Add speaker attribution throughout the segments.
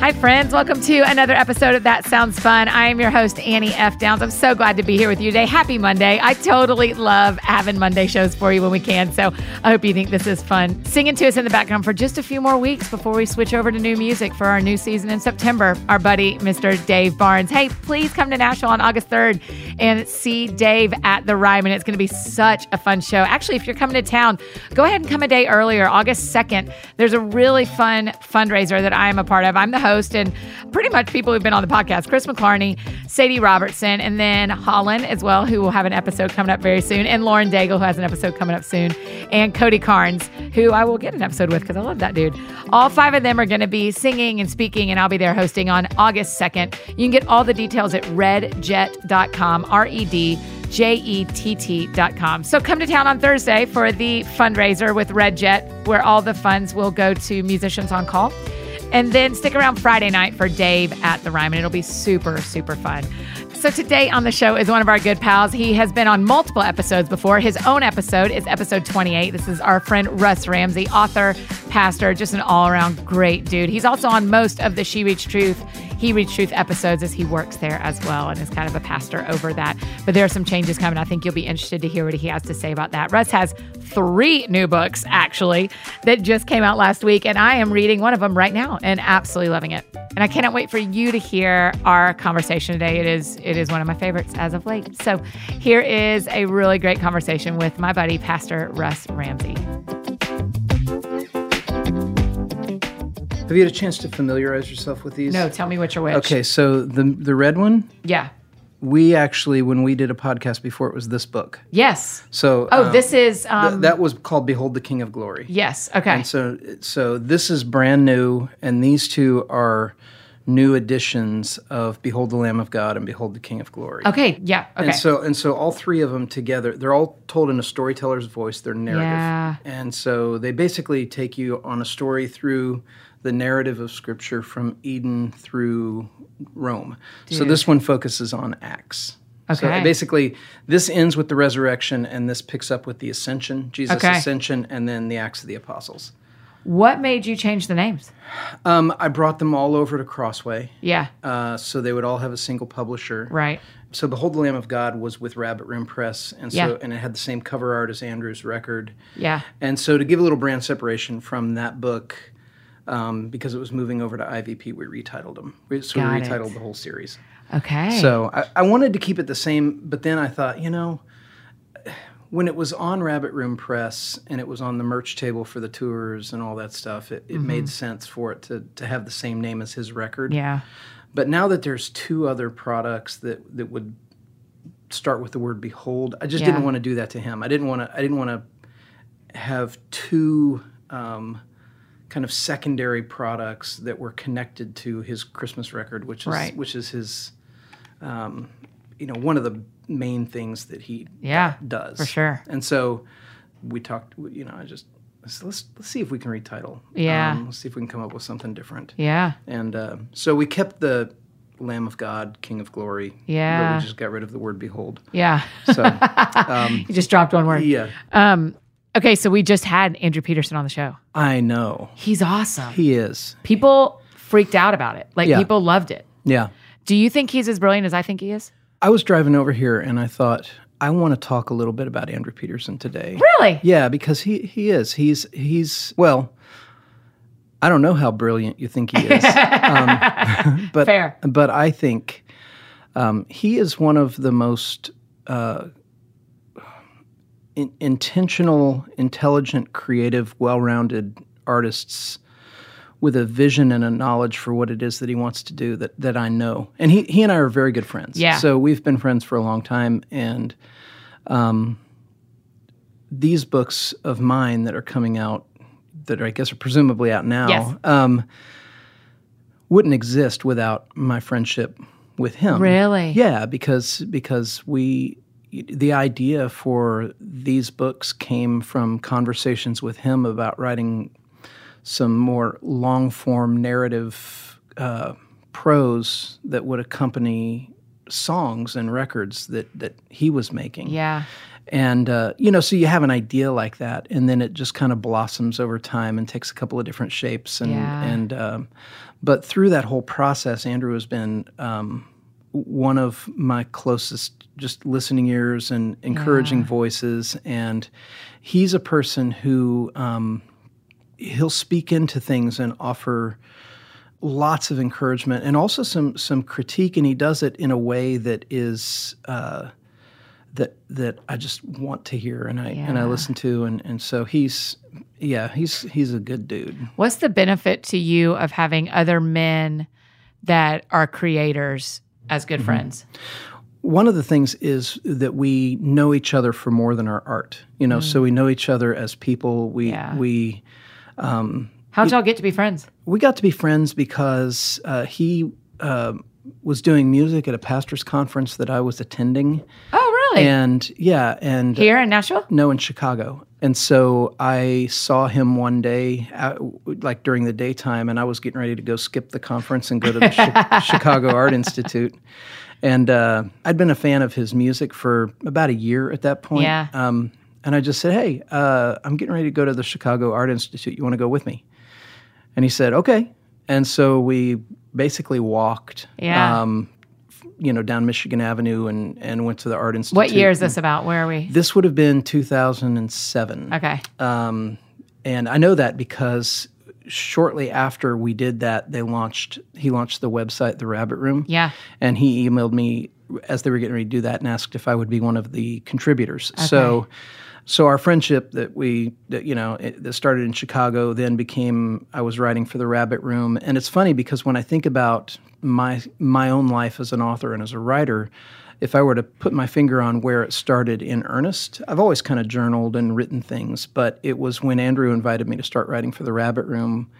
Speaker 1: Hi, friends. Welcome to another episode of That Sounds Fun. I am your host, Annie F. Downs. I'm so glad to be here with you today. Happy Monday. I totally love having Monday shows for you when we can. So I hope you think this is fun. Singing to us in the background for just a few more weeks before we switch over to new music for our new season in September. Our buddy, Mr. Dave Barnes. Hey, please come to Nashville on August 3rd and see Dave at the Ryman. It's going to be such a fun show. Actually, if you're coming to town, go ahead and come a day earlier, August 2nd. There's a really fun fundraiser that I am a part of. I'm the host host and pretty much people who've been on the podcast Chris McClarney, Sadie Robertson, and then Holland as well, who will have an episode coming up very soon, and Lauren Daigle, who has an episode coming up soon, and Cody Carnes, who I will get an episode with because I love that dude. All five of them are going to be singing and speaking, and I'll be there hosting on August 2nd. You can get all the details at redjet.com, R E D. E J-E-T-T.com. So come to town on Thursday for the fundraiser with Red Jet, where all the funds will go to musicians on call. And then stick around Friday night for Dave at the Ryman. It'll be super, super fun. So today on the show is one of our good pals. He has been on multiple episodes before. His own episode is episode 28. This is our friend Russ Ramsey, author, pastor, just an all-around great dude. He's also on most of the She Reached Truth, He Reached Truth episodes as he works there as well and is kind of a pastor over that. But there are some changes coming. I think you'll be interested to hear what he has to say about that. Russ has three new books actually that just came out last week and I am reading one of them right now and absolutely loving it. And I cannot wait for you to hear our conversation today. It is it is one of my favorites as of late. So here is a really great conversation with my buddy, Pastor Russ Ramsey.
Speaker 2: Have you had a chance to familiarize yourself with these?
Speaker 1: No, tell me what you're with.
Speaker 2: Okay, so the the red one,
Speaker 1: Yeah.
Speaker 2: we actually when we did a podcast before it was this book.
Speaker 1: Yes.
Speaker 2: So
Speaker 1: Oh,
Speaker 2: um,
Speaker 1: this is
Speaker 2: th-
Speaker 1: um
Speaker 2: that was called Behold the King of Glory.
Speaker 1: yes. Okay.
Speaker 2: And so so this is brand new and these two are new editions of Behold the Lamb of God and Behold the King of Glory.
Speaker 1: Okay. Yeah. Okay.
Speaker 2: And so and so all three of them together, they're all told in a storyteller's voice, they're narrative.
Speaker 1: Yeah.
Speaker 2: And so they basically take you on a story through the narrative of scripture from Eden through Rome. So this one focuses on Acts.
Speaker 1: Okay.
Speaker 2: So basically this ends with the resurrection and this picks up with the ascension, Jesus'
Speaker 1: Okay.
Speaker 2: ascension and then the Acts of the Apostles.
Speaker 1: what made you change the names?
Speaker 2: Um, I brought them all over to Crossway.
Speaker 1: Yeah.
Speaker 2: Uh, so they would all have a single publisher.
Speaker 1: Right.
Speaker 2: So Behold the Lamb of God was with Rabbit Room Press, and so
Speaker 1: Yeah.
Speaker 2: and it had the same cover art as Andrew's record.
Speaker 1: Yeah.
Speaker 2: And so to give a little brand separation from that book, um, because it was moving over to IVP, we retitled them. We, so
Speaker 1: Got
Speaker 2: we
Speaker 1: it.
Speaker 2: retitled the whole series.
Speaker 1: Okay.
Speaker 2: So I, I wanted to keep it the same, but then I thought, you know, when it was on Rabbit Room Press and it was on the merch table for the tours and all that stuff, it, it
Speaker 1: Mm-hmm.
Speaker 2: made sense for it to, to have the same name as his record.
Speaker 1: yeah.
Speaker 2: But now that there's two other products that that would start with the word behold, I just
Speaker 1: Yeah.
Speaker 2: didn't want to do that to him. I didn't want to. I didn't want to have two um, kind of secondary products that were connected to his Christmas record, which is
Speaker 1: Right.
Speaker 2: which is his, um, you know, one of the main things that he
Speaker 1: Yeah.
Speaker 2: does
Speaker 1: For sure.
Speaker 2: And so we talked. You know, I just. I said, Let's, let's see if we can retitle.
Speaker 1: Yeah.
Speaker 2: Um, let's see if we can come up with something different.
Speaker 1: Yeah.
Speaker 2: And uh, so we kept the Lamb of God, King of Glory.
Speaker 1: Yeah.
Speaker 2: But we just got rid of the word behold.
Speaker 1: Yeah.
Speaker 2: So, um,
Speaker 1: you just dropped one word.
Speaker 2: yeah.
Speaker 1: Um okay, so we just had Andrew Peterson on the show.
Speaker 2: I know.
Speaker 1: He's awesome.
Speaker 2: He is.
Speaker 1: people freaked out about it. Like
Speaker 2: Yeah.
Speaker 1: people loved it.
Speaker 2: Yeah.
Speaker 1: Do you think he's as brilliant as I think he is?
Speaker 2: I was driving over here and I thought, I want to talk a little bit about Andrew Peterson today.
Speaker 1: Really?
Speaker 2: Yeah, because he, he is. He's, he's, well, I don't know how brilliant you think he is. um, but,
Speaker 1: Fair.
Speaker 2: But I think um, he is one of the most uh, in- intentional, intelligent, creative, well rounded artists with a vision and a knowledge for what it is that he wants to do that, that I know. And he, he and I are very good friends.
Speaker 1: Yeah.
Speaker 2: So we've been friends for a long time. And um, these books of mine that are coming out, that I guess are presumably out now,
Speaker 1: Yes.
Speaker 2: um, wouldn't exist without my friendship with him.
Speaker 1: Really?
Speaker 2: Yeah, because because we the idea for these books came from conversations with him about writing some more long form narrative uh, prose that would accompany songs and records that that he was making.
Speaker 1: Yeah.
Speaker 2: And, uh, you know, so you have an idea like that, and then it just kind of blossoms over time and takes a couple of different shapes. And,
Speaker 1: Yeah.
Speaker 2: and um, but through that whole process, Andrew has been um, one of my closest just listening ears and encouraging voices. And he's a person who um, he'll speak into things and offer lots of encouragement and also some some critique and he does it in a way that is uh, that that I just want to hear and I and I
Speaker 1: Yeah.
Speaker 2: listen to and and so he's yeah he's he's a good dude
Speaker 1: What's the benefit to you of having other men that are creators as
Speaker 2: Mm-hmm.
Speaker 1: good friends?
Speaker 2: one of the things is that we know each other for more than our art you know so we know each other as people we
Speaker 1: Mm. Yeah.
Speaker 2: we
Speaker 1: How'd y'all get to be friends?
Speaker 2: we got to be friends because uh, he uh, was doing music at a pastor's conference that I was attending
Speaker 1: Oh, really?
Speaker 2: and yeah and
Speaker 1: Here in Nashville?
Speaker 2: No, in Chicago. And so I saw him one day, uh, like during the daytime, and I was getting ready to go skip the conference and go to the Chi- Chicago Art Institute. And uh, I'd been a fan of his music for about a year at that point.
Speaker 1: Yeah.
Speaker 2: Um, and I just said, Hey, uh, I'm getting ready to go to the Chicago Art Institute. You want to go with me? And he said, Okay. And so we basically walked,
Speaker 1: Yeah.
Speaker 2: um, f- you know, down Michigan Avenue and, and went to the Art Institute.
Speaker 1: What year is this about? Where are we?
Speaker 2: This would have been 2007.
Speaker 1: Okay.
Speaker 2: And I know that because shortly after we did that, they launched, he launched the website, The Rabbit Room.
Speaker 1: Yeah.
Speaker 2: And he emailed me as they were getting ready to do that and asked if I would be one of the contributors. So, so our friendship that we, that, you know, it, that started in Chicago then became, I was writing for The Rabbit Room. And it's funny because when I think about my, my own life as an author and as a writer, if I were to put my finger on where it started in earnest, I've always kind of journaled and written things, but it was when Andrew invited me to start writing for The Rabbit Room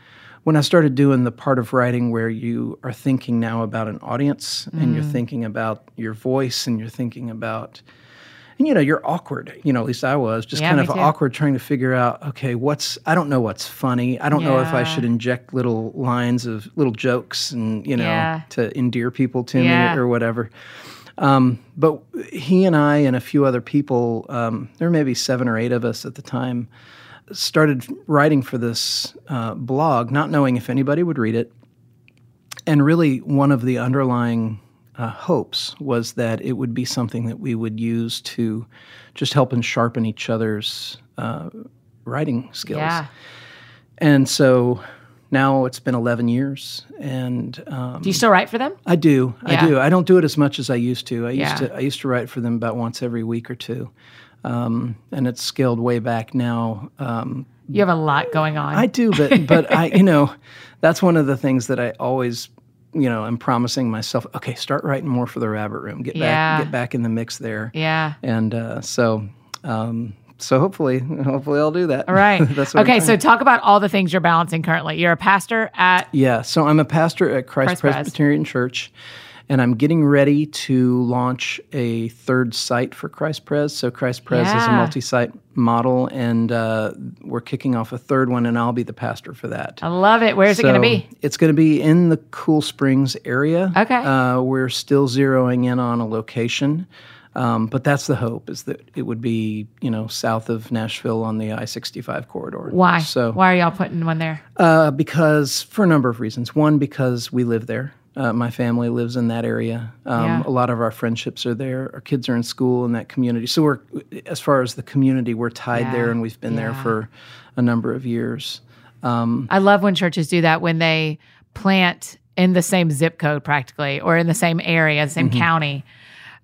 Speaker 2: when I started doing the part of writing where you are thinking now about an audience and
Speaker 1: Mm.
Speaker 2: you're thinking about your voice and you're thinking about and you know you're awkward you know at least i was just
Speaker 1: Yeah,
Speaker 2: kind
Speaker 1: me
Speaker 2: of
Speaker 1: too.
Speaker 2: awkward trying to figure out okay what's i don't know what's funny i don't know if i
Speaker 1: Yeah.
Speaker 2: should inject little lines of little jokes and you know
Speaker 1: Yeah.
Speaker 2: to endear people to
Speaker 1: Yeah.
Speaker 2: me or whatever Um, but he and I and a few other people, um, there were maybe seven or eight of us at the time, started writing for this uh, blog, not knowing if anybody would read it. And really, one of the underlying uh, hopes was that it would be something that we would use to just help and sharpen each other's uh, writing skills.
Speaker 1: Yeah.
Speaker 2: And so now it's been 11 years, and um,
Speaker 1: Do you still write for them?
Speaker 2: I do.
Speaker 1: Yeah.
Speaker 2: I do. I don't do it as much as I used to. I used
Speaker 1: Yeah.
Speaker 2: to. I used to write for them about once every week or two, um, and it's scaled way back now. Um,
Speaker 1: You have a lot going on.
Speaker 2: I do, but but I, you know, that's one of the things that I always, you know, I'm promising myself. Okay, start writing more for the Rabbit Room. Get
Speaker 1: Yeah.
Speaker 2: back, get back in the mix there,
Speaker 1: yeah.
Speaker 2: and uh, so, um, so hopefully, hopefully I'll do that.
Speaker 1: All right.
Speaker 2: that's what I'm
Speaker 1: okay.
Speaker 2: trying
Speaker 1: So talk about all the things you're balancing currently. You're a pastor at
Speaker 2: Yeah, so I'm a pastor at Christ,
Speaker 1: Christ Pres.
Speaker 2: Presbyterian Church, and I'm getting ready to launch a third site for Christ Pres. So Christ Pres is a
Speaker 1: Yeah.
Speaker 2: multi-site model, and uh, we're kicking off a third one, and I'll be the pastor for that.
Speaker 1: I love it. Where's it going to be?
Speaker 2: It's going to be in the Cool Springs area.
Speaker 1: Okay.
Speaker 2: Uh, we're still zeroing in on a location, um, but that's the hope is that it would be you know south of Nashville on the I-65 corridor.
Speaker 1: Why?
Speaker 2: So
Speaker 1: Why are y'all putting one there?
Speaker 2: uh, because for a number of reasons. One, because we live there. Uh, my family lives in that area. Um,
Speaker 1: Yeah.
Speaker 2: A lot of our friendships are there. Our kids are in school in that community. So we're, as far as the community, we're tied
Speaker 1: Yeah.
Speaker 2: there, and we've been there
Speaker 1: Yeah.
Speaker 2: for a number of years.
Speaker 1: I love when churches do that when they plant in the same zip code practically or in the same area, the same county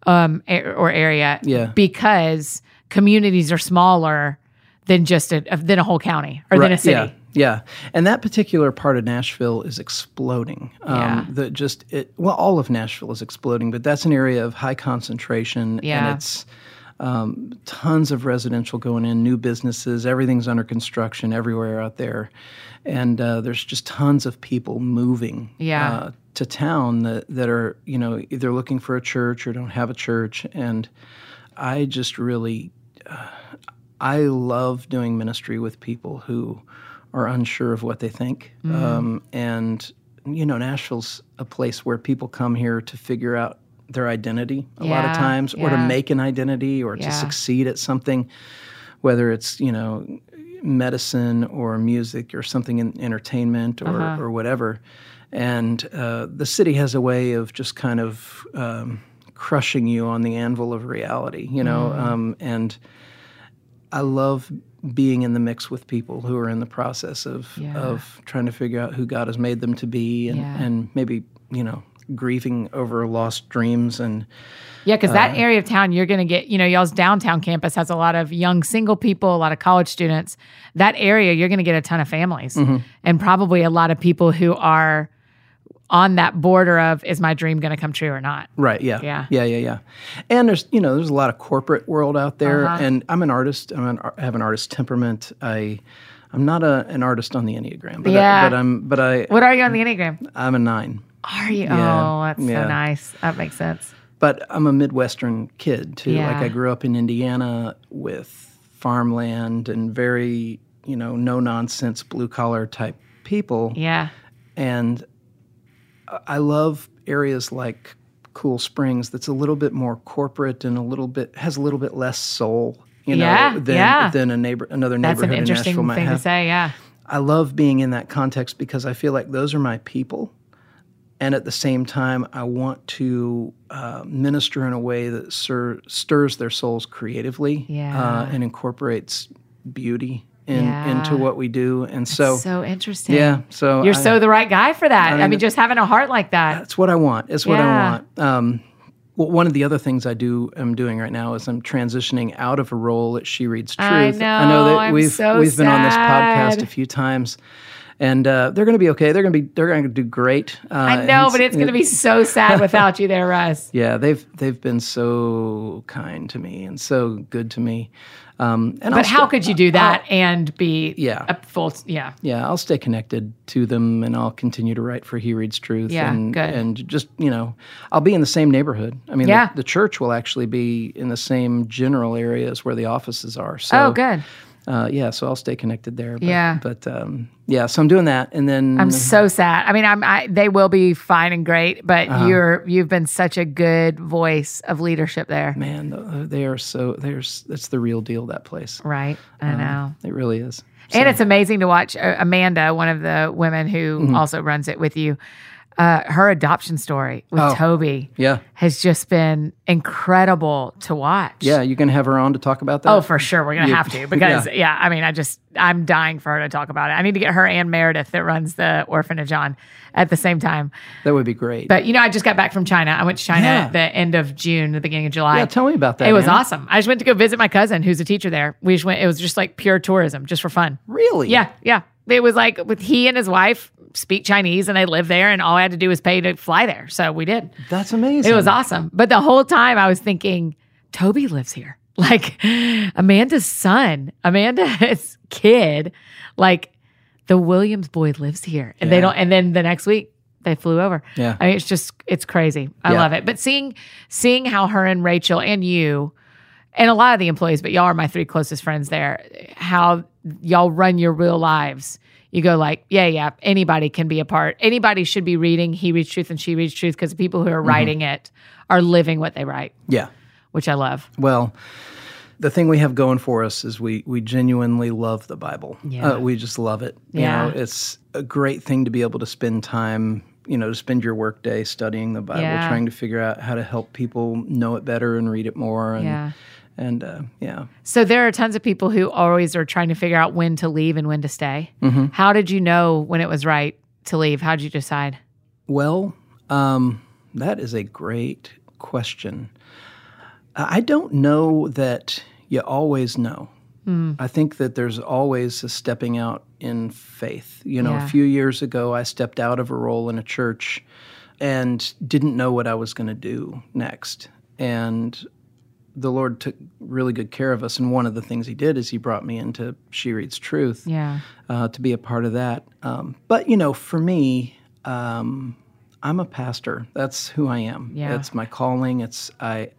Speaker 1: um, a- or area.
Speaker 2: Mm-hmm. Yeah.
Speaker 1: Because communities are smaller than just a than a whole county or than a city.
Speaker 2: Yeah. Yeah, and that particular part of Nashville is exploding. Um,
Speaker 1: Yeah.
Speaker 2: The just it, well, all of Nashville is exploding, but that's an area of high concentration,
Speaker 1: Yeah.
Speaker 2: and it's um, tons of residential going in, new businesses, everything's under construction everywhere out there, and uh, there's just tons of people moving.
Speaker 1: Yeah.
Speaker 2: Uh, to town that, that are you know either looking for a church or don't have a church and i just really uh, I love doing ministry with people who are unsure of what they think.
Speaker 1: Mm-hmm.
Speaker 2: Um, and, you know, Nashville's a place where people come here to figure out their identity a lot
Speaker 1: Yeah,
Speaker 2: of times, or to
Speaker 1: yeah.
Speaker 2: make an identity, or
Speaker 1: Yeah.
Speaker 2: to succeed at something, whether it's you know medicine or music or something in entertainment or
Speaker 1: Uh-huh.
Speaker 2: or whatever. And uh, the city has a way of just kind of um, crushing you on the anvil of reality, you know.
Speaker 1: Mm.
Speaker 2: Um, and I love being in the mix with people who are in the process of
Speaker 1: Yeah.
Speaker 2: of trying to figure out who God has made them to be, and,
Speaker 1: Yeah.
Speaker 2: and maybe you know grieving over lost dreams and
Speaker 1: Yeah, because
Speaker 2: Uh-huh.
Speaker 1: that area of town, you're going to get, you know, y'all's downtown campus has a lot of young single people, a lot of college students. That area, you're going to get a ton of families
Speaker 2: Mm-hmm.
Speaker 1: and probably a lot of people who are on that border of is my dream going to come true or not?
Speaker 2: Right. Yeah.
Speaker 1: Yeah.
Speaker 2: Yeah. Yeah. Yeah. And there's you know there's a lot of corporate world out there,
Speaker 1: Uh-huh.
Speaker 2: and I'm an artist. I'm an, ar- I have an artist temperament. I I'm not a, an artist on the enneagram, but I-
Speaker 1: Yeah.
Speaker 2: but I'm but I
Speaker 1: What are you on the Enneagram?
Speaker 2: I'm a nine,
Speaker 1: Are you?
Speaker 2: Yeah,
Speaker 1: Oh, that's
Speaker 2: yeah.
Speaker 1: so nice. That makes sense.
Speaker 2: but I'm a Midwestern kid too.
Speaker 1: Yeah.
Speaker 2: Like I grew up in Indiana with farmland and very you know no nonsense blue collar type people,
Speaker 1: Yeah.
Speaker 2: and I- I love areas like Cool Springs that's a little bit more corporate and a little bit has a little bit less soul, you know,
Speaker 1: Yeah,
Speaker 2: than
Speaker 1: yeah.
Speaker 2: than a neighbor another
Speaker 1: That's
Speaker 2: neighborhood
Speaker 1: an
Speaker 2: in Nashville
Speaker 1: interesting
Speaker 2: might
Speaker 1: thing to
Speaker 2: have.
Speaker 1: say. Yeah.
Speaker 2: I love being in that context because I feel like those are my people. And at the same time, I want to uh, minister in a way that sir, stirs their souls creatively
Speaker 1: Yeah.
Speaker 2: uh, and incorporates beauty in,
Speaker 1: Yeah.
Speaker 2: into what we do. And so,
Speaker 1: So, interesting.
Speaker 2: yeah, so
Speaker 1: You're
Speaker 2: I-
Speaker 1: so the right guy for that. I
Speaker 2: I
Speaker 1: mean,
Speaker 2: mean-
Speaker 1: just having a heart like that.
Speaker 2: That's what I want. It's what
Speaker 1: Yeah.
Speaker 2: I want. Um, well, one of the other things I do am doing right now is I'm transitioning out of a role at She Reads Truth.
Speaker 1: I know,
Speaker 2: that
Speaker 1: I'm
Speaker 2: we've
Speaker 1: so
Speaker 2: we've been on this
Speaker 1: sad.
Speaker 2: podcast a few times, and uh, they're going to be okay. They're going to be they're going to do great. Uh,
Speaker 1: I know,
Speaker 2: and-
Speaker 1: but it's going to be so sad without you there, Russ.
Speaker 2: Yeah, they've they've been so kind to me and so good to me. Um, and
Speaker 1: But how could you do that and be
Speaker 2: Oh. Yeah.
Speaker 1: a full yeah
Speaker 2: yeah, I'll stay connected to them and I'll continue to write for He Reads Truth.
Speaker 1: Yeah,
Speaker 2: and,
Speaker 1: good.
Speaker 2: and just, you know, I'll be in the same neighborhood. I mean,
Speaker 1: Yeah.
Speaker 2: the, the church will actually be in the same general areas where the offices are. So,
Speaker 1: oh good
Speaker 2: Uh, yeah, so I'll stay connected there. But,
Speaker 1: Yeah.
Speaker 2: But um, yeah, so I'm doing that. And then
Speaker 1: I'm so sad I mean I'm I, they will be fine and great but
Speaker 2: Uh-huh.
Speaker 1: you're you've been such a good voice of leadership there
Speaker 2: man, th- they are so, there's, that's the real deal, that place.
Speaker 1: right I
Speaker 2: um,
Speaker 1: know
Speaker 2: It really is.
Speaker 1: and it's amazing to watch uh, Amanda one of the women who
Speaker 2: Mm-hmm.
Speaker 1: also runs it with you uh, her adoption story with Toby
Speaker 2: Oh. Yeah.
Speaker 1: has just been incredible to watch
Speaker 2: Yeah, you can have her on to talk about that.
Speaker 1: Oh, for sure. We're going to
Speaker 2: Yeah.
Speaker 1: have to because, yeah. I mean, I just, I'm dying for her to talk about it. I need to get her and Meredith that runs the orphanage on at the same time.
Speaker 2: that would be great.
Speaker 1: But, you know, I just got back from China. I went to China
Speaker 2: Yeah.
Speaker 1: at the end of June, the beginning of July.
Speaker 2: yeah, tell me about that.
Speaker 1: it was
Speaker 2: Anna.
Speaker 1: awesome. I just went to go visit my cousin who's a teacher there. We just went, it was just like pure tourism, just for fun.
Speaker 2: Really?
Speaker 1: Yeah. Yeah. It was like with he and his wife speak Chinese and they live there, and all I had to do was pay to fly there. So we did.
Speaker 2: That's amazing.
Speaker 1: It was awesome. But the whole time I was thinking, Toby lives here. Like Amanda's son, Amanda's kid, like the Williams boy lives here. And they
Speaker 2: Yeah.
Speaker 1: don't and then the next week they flew over.
Speaker 2: Yeah.
Speaker 1: I mean it's just it's crazy. I
Speaker 2: Yeah.
Speaker 1: love it. But seeing seeing how her and Rachel and you and a lot of the employees, but y'all are my three closest friends there, how y'all run your real lives. You go like, yeah, yeah, anybody can be a part. Anybody should be reading He Reads Truth and She Reads Truth because the people who are writing it are living what they write,
Speaker 2: Yeah.
Speaker 1: which I love.
Speaker 2: Well, the thing we have going for us is we we genuinely love the Bible.
Speaker 1: Yeah.
Speaker 2: Uh, we just love it.
Speaker 1: Yeah.
Speaker 2: You know, it's a great thing to be able to spend time, you know, to spend your workday studying the Bible,
Speaker 1: Yeah.
Speaker 2: trying to figure out how to help people know it better and read it more and
Speaker 1: Yeah.
Speaker 2: and uh, yeah.
Speaker 1: So there are tons of people who always are trying to figure out when to leave and when to stay. How did you know when it was right to leave? How did you decide?
Speaker 2: Well, um, that is a great question. Uh, I I don't know that you always know. I think that there's always a stepping out in faith. You know,
Speaker 1: Yeah.
Speaker 2: a few years ago, I stepped out of a role in a church and didn't know what I was going to do next. And the Lord took really good care of us. And one of the things He did is He brought me into She Reads Truth
Speaker 1: Yeah.
Speaker 2: uh, to be a part of that. Um, but you know, for me, um, I'm a pastor. That's who I am.
Speaker 1: Yeah.
Speaker 2: It's my calling. It's I.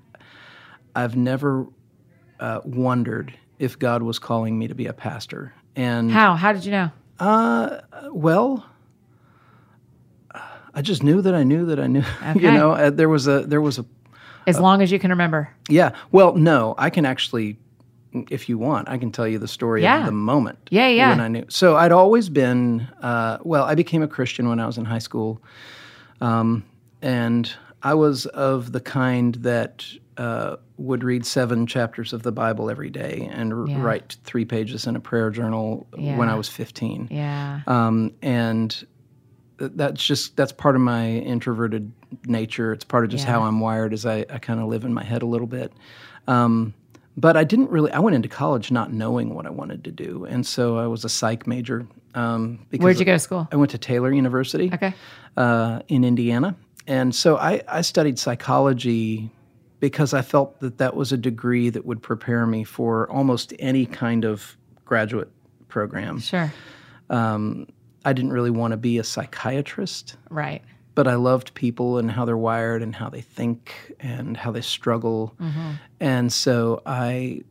Speaker 2: I've never uh, wondered if God was calling me to be a pastor. And
Speaker 1: How? How did you know?
Speaker 2: uh, well, I just knew that I knew that I knew.
Speaker 1: Okay.
Speaker 2: You know, uh, there was a there was a
Speaker 1: As long as you can remember.
Speaker 2: Yeah. Well, no, I can actually, if you want, I can tell you the story
Speaker 1: Yeah.
Speaker 2: of the moment.
Speaker 1: Yeah, yeah.
Speaker 2: When I knew. So I'd always been, uh, well, I became a Christian when I was in high school. Um, and I was of the kind that uh, would read seven chapters of the Bible every day and r-
Speaker 1: Yeah.
Speaker 2: write three pages in a prayer journal when
Speaker 1: Yeah.
Speaker 2: I was 15
Speaker 1: Yeah.
Speaker 2: um, and th- that's just that's part of my introverted nature it's part of just
Speaker 1: Yeah.
Speaker 2: how i'm wired is i, I kind of live in my head a little bit um, but i didn't really i went into college not knowing what i wanted to do and so i was a psych major um, because
Speaker 1: Where'd you go to school?
Speaker 2: i went to taylor university
Speaker 1: Okay.
Speaker 2: uh, in indiana and so I, I studied psychology because i felt that that was a degree that would prepare me for almost any kind of graduate program
Speaker 1: Sure.
Speaker 2: I didn't really want to be a psychiatrist,
Speaker 1: Right.
Speaker 2: but I loved people and how they're wired and how they think and how they struggle.
Speaker 1: Mm-hmm.
Speaker 2: And so I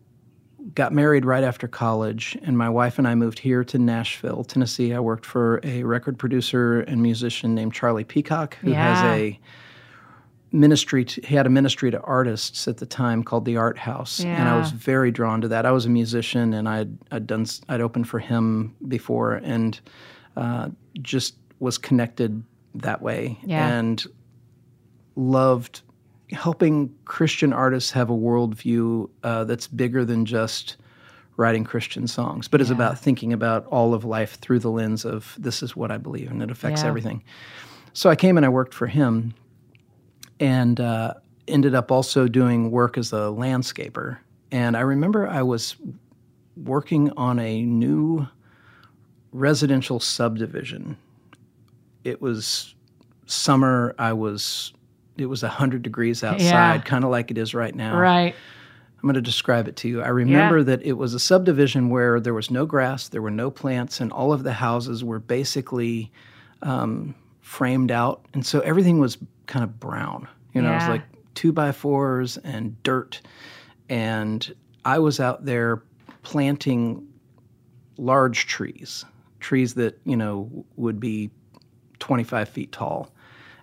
Speaker 2: got married right after college, and my wife and I moved here to Nashville, Tennessee. I worked for a record producer and musician named Charlie Peacock, who
Speaker 1: Yeah.
Speaker 2: has a ministry to, he had a ministry to artists at the time called the art house and i
Speaker 1: Yeah.
Speaker 2: was very drawn to that i was a musician and i'd, I'd done s- i'd opened for him before and uh, just was connected that way
Speaker 1: Yeah.
Speaker 2: and loved helping Christian artists have a worldview uh, that's bigger than just writing Christian songs, but is about thinking about all of life through the lens of this is what I believe and it affects
Speaker 1: Yeah.
Speaker 2: everything. So I came and I worked for him and uh, ended up also doing work as a landscaper. And I remember I was working on a new residential subdivision. It was summer. I was. It was hundred degrees outside, kind of like it is right now.
Speaker 1: Right.
Speaker 2: I'm going to describe it to you. I remember that it was a subdivision where there was no grass, there were no plants, and all of the houses were basically um, framed out. And so everything was kind of brown. You know, it
Speaker 1: Yeah.
Speaker 2: was like two by fours and dirt. And I was out there planting large trees, trees that, you know, would be 25 feet tall.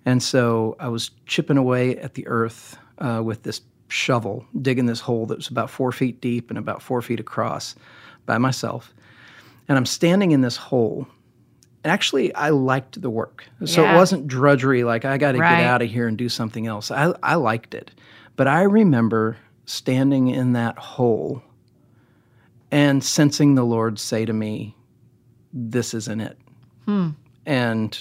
Speaker 2: And so I was chipping away at the earth uh, with this shovel, digging this hole that was about four feet deep and about four feet across by myself. And I'm standing in this hole. And actually, I liked the work. So
Speaker 1: Yeah.
Speaker 2: it wasn't drudgery, like I got to
Speaker 1: Right.
Speaker 2: get out of here and do something else. I, I liked it. But I remember standing in that hole and sensing the Lord say to me, This isn't it. And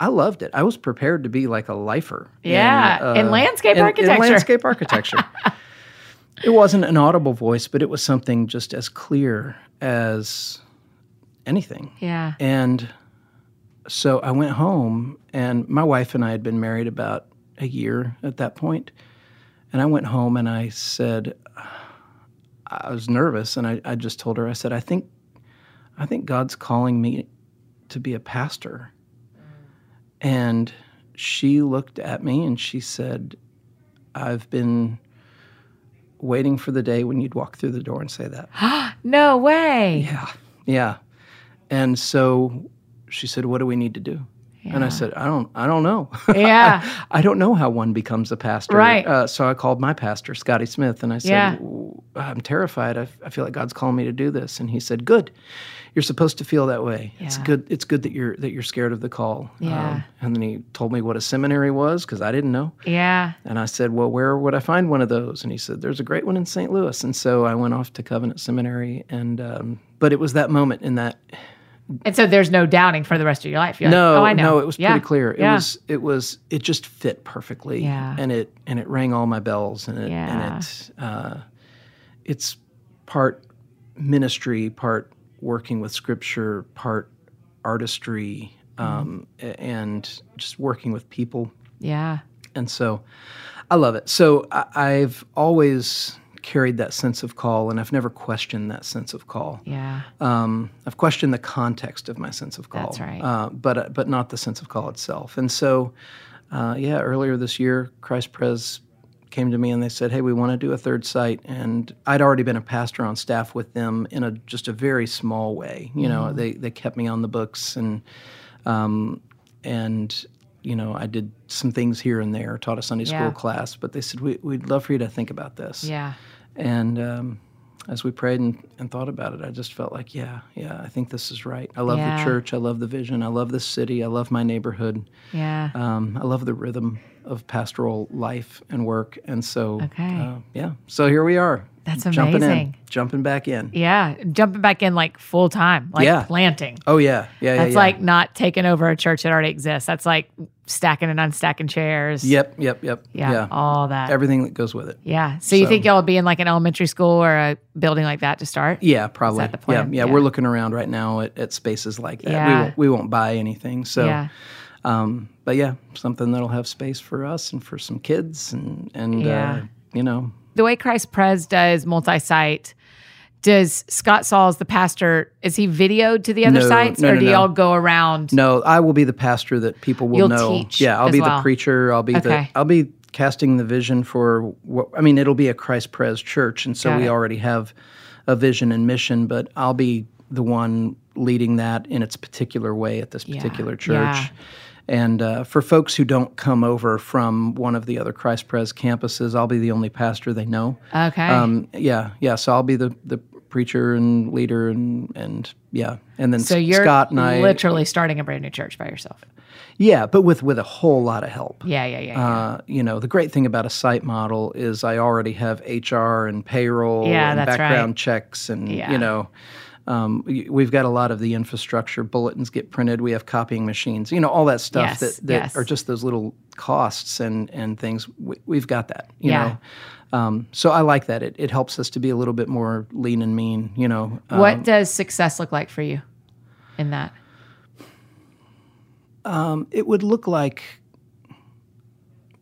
Speaker 2: I loved it. I was prepared to be like a lifer. uh,
Speaker 1: Yeah, in landscape architecture.
Speaker 2: In landscape architecture. it wasn't an audible voice, but it was something just as clear as anything.
Speaker 1: Yeah.
Speaker 2: And so I went home, and my wife and I had been married about a year at that point. And I went home and I said, I was nervous, and I, I just told her, I said, I think, I think God's calling me to be a pastor. And she looked at me and she said, I've been waiting for the day when you'd walk through the door and say that.
Speaker 1: No way.
Speaker 2: Yeah. Yeah. And so she said, "What do we need to do?" And I said, "I don't I don't know.
Speaker 1: Yeah.
Speaker 2: I don't know how one becomes a pastor."
Speaker 1: Right.
Speaker 2: Uh, so I called my pastor, Scotty Smith, and I said,
Speaker 1: Yeah.
Speaker 2: "W- "I'm terrified. I, f- I feel like God's calling me to do this." And he said, "Good. You're supposed to feel that way. It's
Speaker 1: Yeah.
Speaker 2: good it's good that you're that you're scared of the call." Um,
Speaker 1: Yeah.
Speaker 2: and then he told me what a seminary was cuz I didn't know.
Speaker 1: Yeah.
Speaker 2: And I said, Well, where would I find one of those? And he said, There's a great one in St. Louis. And so I went off to Covenant Seminary. And, um, but it was that moment in that,
Speaker 1: And so there's no doubting for the rest of your life. You're like,
Speaker 2: no,
Speaker 1: oh, I know.
Speaker 2: no, it was
Speaker 1: Yeah.
Speaker 2: pretty clear. It
Speaker 1: Yeah.
Speaker 2: was, it was, it just fit perfectly.
Speaker 1: Yeah.
Speaker 2: And it, and it rang all my bells. And it,
Speaker 1: Yeah.
Speaker 2: and it, uh, it's part ministry, part working with scripture, part artistry,
Speaker 1: Mm-hmm.
Speaker 2: um, a- and just working with people.
Speaker 1: yeah.
Speaker 2: And so I love it. So I, I've always carried that sense of call and I've never questioned that sense of call.
Speaker 1: Yeah.
Speaker 2: Um, I've questioned the context of my sense of call.
Speaker 1: That's right.
Speaker 2: Uh, but, uh, but not the sense of call itself. And so, uh, yeah, earlier this year, Christ Pres came to me and they said, hey, we want to do a third site. And I'd already been a pastor on staff with them in a just a very small
Speaker 1: Mm-hmm.
Speaker 2: way. You know, they, they kept me on the books um, and and you know, I did some things here and there, taught a Sunday school
Speaker 1: Yeah.
Speaker 2: class, but they said, we, We'd love for you to think about this.
Speaker 1: Yeah.
Speaker 2: And um, as we prayed and, and thought about it, I just felt like, yeah, yeah, I think this is right. I love
Speaker 1: Yeah.
Speaker 2: the church. I love the vision. I love this city. I love my neighborhood.
Speaker 1: Yeah.
Speaker 2: Um, I love the rhythm of pastoral life and work. And so,
Speaker 1: Okay.
Speaker 2: uh, yeah. So here we are.
Speaker 1: That's
Speaker 2: Jumping in,
Speaker 1: amazing.
Speaker 2: jumping back in.
Speaker 1: yeah. Jumping back in like full time, like
Speaker 2: Yeah.
Speaker 1: planting.
Speaker 2: Oh, yeah. Yeah. yeah
Speaker 1: That's
Speaker 2: yeah.
Speaker 1: like not taking over a church that already exists. That's like stacking and unstacking chairs.
Speaker 2: Yep, yep, yep.
Speaker 1: Yeah. All that.
Speaker 2: Everything that goes with it.
Speaker 1: yeah. So you
Speaker 2: So-
Speaker 1: think y'all would be in like an elementary school or a building like that to start?
Speaker 2: Yeah, probably.
Speaker 1: the plan?
Speaker 2: Yeah, yeah,
Speaker 1: Yeah.
Speaker 2: We're looking around right now at, at spaces like that.
Speaker 1: Yeah.
Speaker 2: We, won't, we won't buy anything. So,
Speaker 1: Yeah.
Speaker 2: um, but yeah, something that'll have space for us and for some kids and and
Speaker 1: Yeah.
Speaker 2: uh, you know,
Speaker 1: the way Christ Pres does multi-site, does Scott Sauls, the pastor, is he videoed to the other
Speaker 2: No,
Speaker 1: sites,
Speaker 2: no,
Speaker 1: or
Speaker 2: no,
Speaker 1: do
Speaker 2: no.
Speaker 1: y'all go around?
Speaker 2: no, I will be the pastor that people will
Speaker 1: You'll
Speaker 2: know.
Speaker 1: teach
Speaker 2: yeah, I'll
Speaker 1: as
Speaker 2: be
Speaker 1: well.
Speaker 2: the preacher. I'll be
Speaker 1: Okay.
Speaker 2: the I'll be casting the vision for what I mean. It'll be a Christ Pres church, and so
Speaker 1: Got
Speaker 2: we
Speaker 1: it.
Speaker 2: already have a vision and mission. But I'll be the one leading that in its particular way at this particular church.
Speaker 1: yeah.
Speaker 2: And uh, for folks who don't come over from one of the other Christ Pres campuses, I'll be the only pastor they know.
Speaker 1: Okay.
Speaker 2: Um, yeah, yeah. So I'll be the, the preacher and leader and and yeah, and then
Speaker 1: so
Speaker 2: S-
Speaker 1: you're
Speaker 2: Scott and I.
Speaker 1: literally starting a brand new church by yourself.
Speaker 2: yeah, but with with a whole lot of help.
Speaker 1: Yeah, yeah, yeah. yeah.
Speaker 2: Uh, you know, the great thing about a site model is I already have HR and payroll
Speaker 1: Yeah,
Speaker 2: and
Speaker 1: that's right.
Speaker 2: background checks and
Speaker 1: Yeah.
Speaker 2: you know. Um, y- we've got a lot of the infrastructure. Bulletins get printed. We have copying machines. You know all that stuff
Speaker 1: Yes,
Speaker 2: that, that
Speaker 1: yes.
Speaker 2: are just those little costs and and things. We, we've got that. You
Speaker 1: Yeah.
Speaker 2: know, um, so I like that. It it helps us to be a little bit more lean and mean. You know, uh,
Speaker 1: what does success look like for you in that?
Speaker 2: it would look like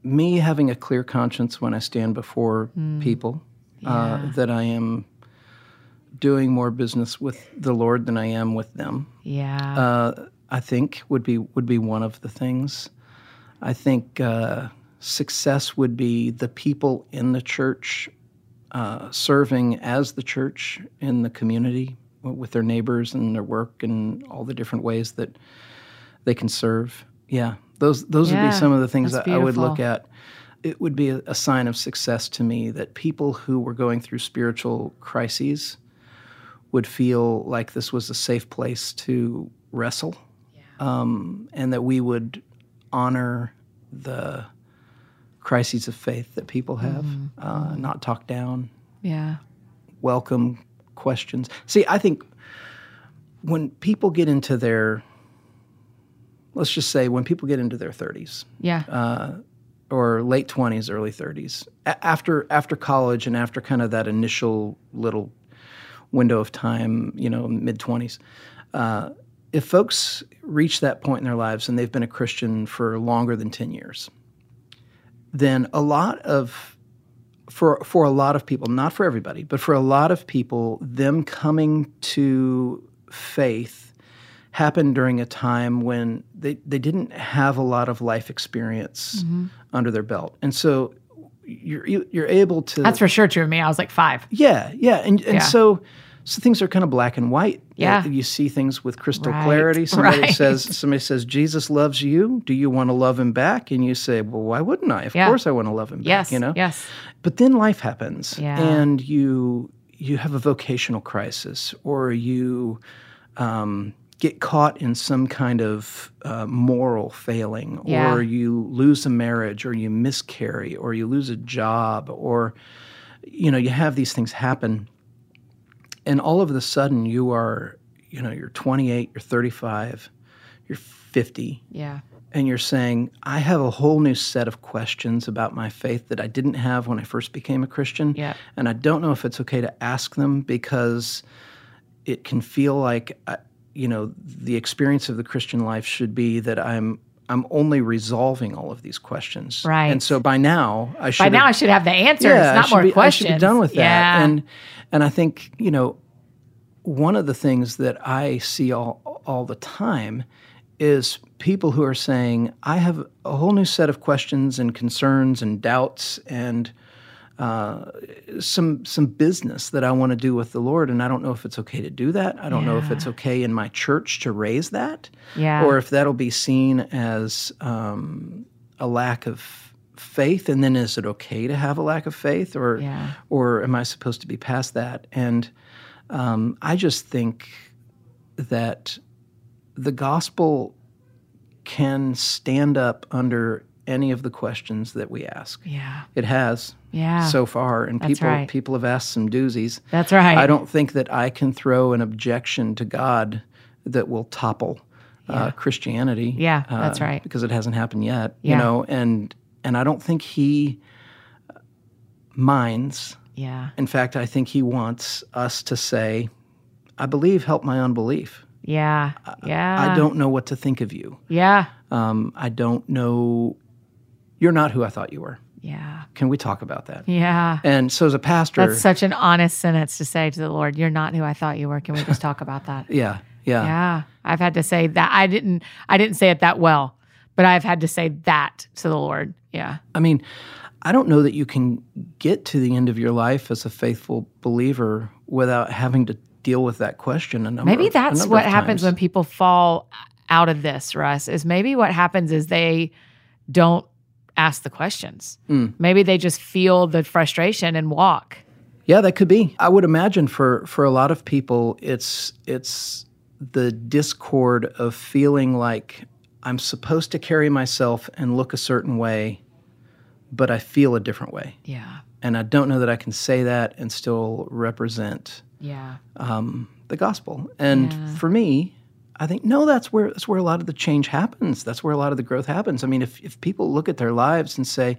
Speaker 2: me having a clear conscience when I stand before people uh, that I am doing more business with the Lord than I am with them.
Speaker 1: Yeah.
Speaker 2: Uh, I think would be would be one of the things. I think uh, success would be the people in the church uh, serving as the church in the community w- with their neighbors and their work and all the different ways that they can serve. Yeah, those those would
Speaker 1: Yeah,
Speaker 2: be some of the things
Speaker 1: that's
Speaker 2: that I would look
Speaker 1: beautiful.
Speaker 2: at. It would be a, a sign of success to me that people who were going through spiritual crises would feel like this was a safe place to wrestle, um, and that we would honor the crises of faith that people have,
Speaker 1: Mm-hmm.
Speaker 2: uh, not talk down,
Speaker 1: yeah.
Speaker 2: welcome questions. See, I think when people get into their, let's just say, when people get into their 30s
Speaker 1: Yeah.
Speaker 2: uh, or late 20s, early 30s, a- after after college and after kind of that initial little window of time, you know, mid 20s, uh, if folks reach that point in their lives and they've been a Christian for longer than 10 years, then a lot of for for a lot of people, not for everybody, but for a lot of people, them coming to faith happened during a time when they, they didn't have a lot of life experience under their belt. And so you're you're able to
Speaker 1: That's for sure true of me. I was like five.
Speaker 2: yeah, yeah, and and
Speaker 1: Yeah.
Speaker 2: so so things are kind of black and white.
Speaker 1: Yeah.
Speaker 2: Uh, you see things with crystal
Speaker 1: Right,
Speaker 2: clarity. Somebody
Speaker 1: right.
Speaker 2: says somebody says Jesus loves you. Do you want to love him back? And you say, well, why wouldn't I? Of
Speaker 1: Yeah.
Speaker 2: course, I want to love him
Speaker 1: Yes.
Speaker 2: back. You know.
Speaker 1: Yes.
Speaker 2: But then life happens,
Speaker 1: Yeah.
Speaker 2: and you you have a vocational crisis, or you um, get caught in some kind of uh, moral failing,
Speaker 1: Yeah.
Speaker 2: or you lose a marriage, or you miscarry, or you lose a job, or you know you have these things happen, and all of a sudden you are you know you're 28, you're 35, you're 50
Speaker 1: Yeah.
Speaker 2: and you're saying, I have a whole new set of questions about my faith that I didn't have when I first became a Christian.
Speaker 1: Yeah.
Speaker 2: And I don't know if it's okay to ask them because it can feel like, uh, you know, the experience of the Christian life should be that I'm. I'm only resolving all of these questions,
Speaker 1: Right.
Speaker 2: And so by now, I should
Speaker 1: By
Speaker 2: have-
Speaker 1: now I should have the answers,
Speaker 2: I
Speaker 1: not
Speaker 2: should
Speaker 1: more
Speaker 2: be,
Speaker 1: questions.
Speaker 2: I should be done with that.
Speaker 1: Yeah.
Speaker 2: And and I think you know, one of the things that I see all all the time is people who are saying, "I have a whole new set of questions and concerns and doubts and." uh, some some business that I want to do with the Lord, and I don't know if it's okay to do that. I don't know if
Speaker 1: Yeah.
Speaker 2: it's okay in my church to raise that,
Speaker 1: Yeah.
Speaker 2: or if that'll be seen as um, a lack of faith. And then, is it okay to have a lack of faith, or
Speaker 1: Yeah.
Speaker 2: or am I supposed to be past that? And um, I just think that the gospel can stand up under any of the questions that we ask.
Speaker 1: yeah.
Speaker 2: It has
Speaker 1: Yeah.
Speaker 2: so far, and
Speaker 1: That's
Speaker 2: people
Speaker 1: right.
Speaker 2: people have asked some doozies.
Speaker 1: that's right.
Speaker 2: I don't think that I can throw an objection to God that will topple uh, Christianity.
Speaker 1: Yeah,
Speaker 2: uh,
Speaker 1: that's right.
Speaker 2: Because it hasn't happened yet.
Speaker 1: Yeah.
Speaker 2: You know, and and I don't think He minds.
Speaker 1: yeah.
Speaker 2: In fact, I think He wants us to say, "I believe, help my unbelief.
Speaker 1: Yeah. Yeah.
Speaker 2: I don't know what to think of you.
Speaker 1: Yeah.
Speaker 2: Um, I don't know. You're not who I thought you were.
Speaker 1: Yeah.
Speaker 2: Can we talk about that?"
Speaker 1: Yeah.
Speaker 2: And so, as a pastor,
Speaker 1: That's such an honest sentence to say to the Lord. You're not who I thought you were. Can we just talk about that?
Speaker 2: yeah, yeah,
Speaker 1: Yeah. I've had to say that. I didn't. I didn't say it that well, but I've had to say that to the Lord. Yeah.
Speaker 2: I mean, I don't know that you can get to the end of your life as a faithful believer without having to deal with that question. A number
Speaker 1: Maybe
Speaker 2: of- a
Speaker 1: that's
Speaker 2: number
Speaker 1: what
Speaker 2: of
Speaker 1: happens when
Speaker 2: times.
Speaker 1: people fall out of this, Russ, is maybe what happens is they don't ask the questions.
Speaker 2: Hmm.
Speaker 1: Maybe they just feel the frustration and walk.
Speaker 2: Yeah, that could be. I would imagine for for a lot of people, it's it's the discord of feeling like I'm supposed to carry myself and look a certain way, but I feel a different way,
Speaker 1: Yeah.
Speaker 2: and I don't know that I can say that and still represent
Speaker 1: Yeah.
Speaker 2: um, the gospel. And
Speaker 1: Yeah.
Speaker 2: for me, I think no, that's where that's where a lot of the change happens. That's where a lot of the growth happens. I mean, if if people look at their lives and say,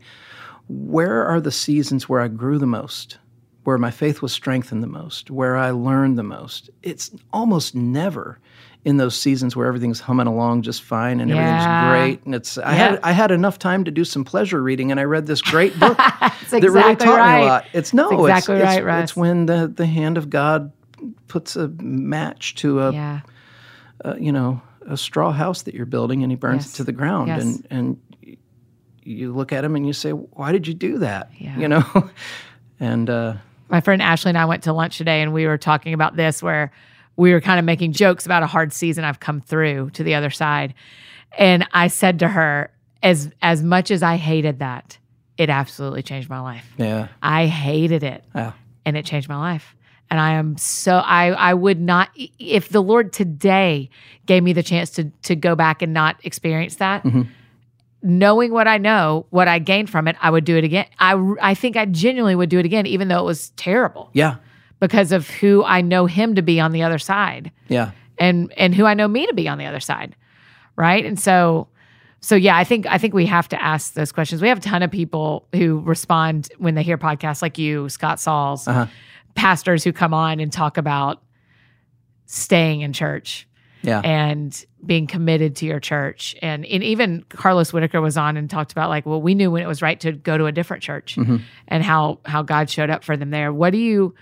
Speaker 2: where are the seasons where I grew the most, where my faith was strengthened the most, where I learned the most, it's almost never in those seasons where everything's humming along just fine and
Speaker 1: Yeah.
Speaker 2: everything's great and it's I
Speaker 1: Yeah.
Speaker 2: had I had enough time to do some pleasure reading and I read this great book
Speaker 1: That's
Speaker 2: that really taught me a lot. It's no,
Speaker 1: That's
Speaker 2: it's-
Speaker 1: exactly
Speaker 2: it's,
Speaker 1: right, Russ.
Speaker 2: It's when the, the hand of God puts a match to a,
Speaker 1: Yeah.
Speaker 2: a, you know a straw house that you're building and he burns
Speaker 1: Yes.
Speaker 2: it to the ground
Speaker 1: Yes.
Speaker 2: and and y- you look at him and you say, why did you do that?
Speaker 1: Yeah.
Speaker 2: You know, and uh,
Speaker 1: My friend Ashley and I went to lunch today and we were talking about this where we were kind of making jokes about a hard season I've come through to the other side. And I said to her, as as much as I hated that, it absolutely changed my life.
Speaker 2: yeah, Ah,
Speaker 1: I hated it.
Speaker 2: Yeah.
Speaker 1: And it changed my life. And I am so I I would not if the Lord today gave me the chance to to go back and not experience that.
Speaker 2: Mhm.
Speaker 1: Knowing what I know, what I gained from it, I would do it again. I I think I genuinely would do it again even though it was terrible
Speaker 2: yeah,
Speaker 1: because of who I know him to be on the other side
Speaker 2: yeah,
Speaker 1: and and who I know me to be on the other side, right? And so, so yeah, I think I think we have to ask those questions. We have a ton of people who respond when they hear podcasts like you, Scott Sauls,
Speaker 2: Uh-huh.
Speaker 1: pastors who come on and talk about staying in church
Speaker 2: yeah,
Speaker 1: and being committed to your church. And, and even Carlos Whitaker was on and talked about like, well, we knew when it was right to go to a different church
Speaker 2: Mhm.
Speaker 1: and how how God showed up for them there. What do you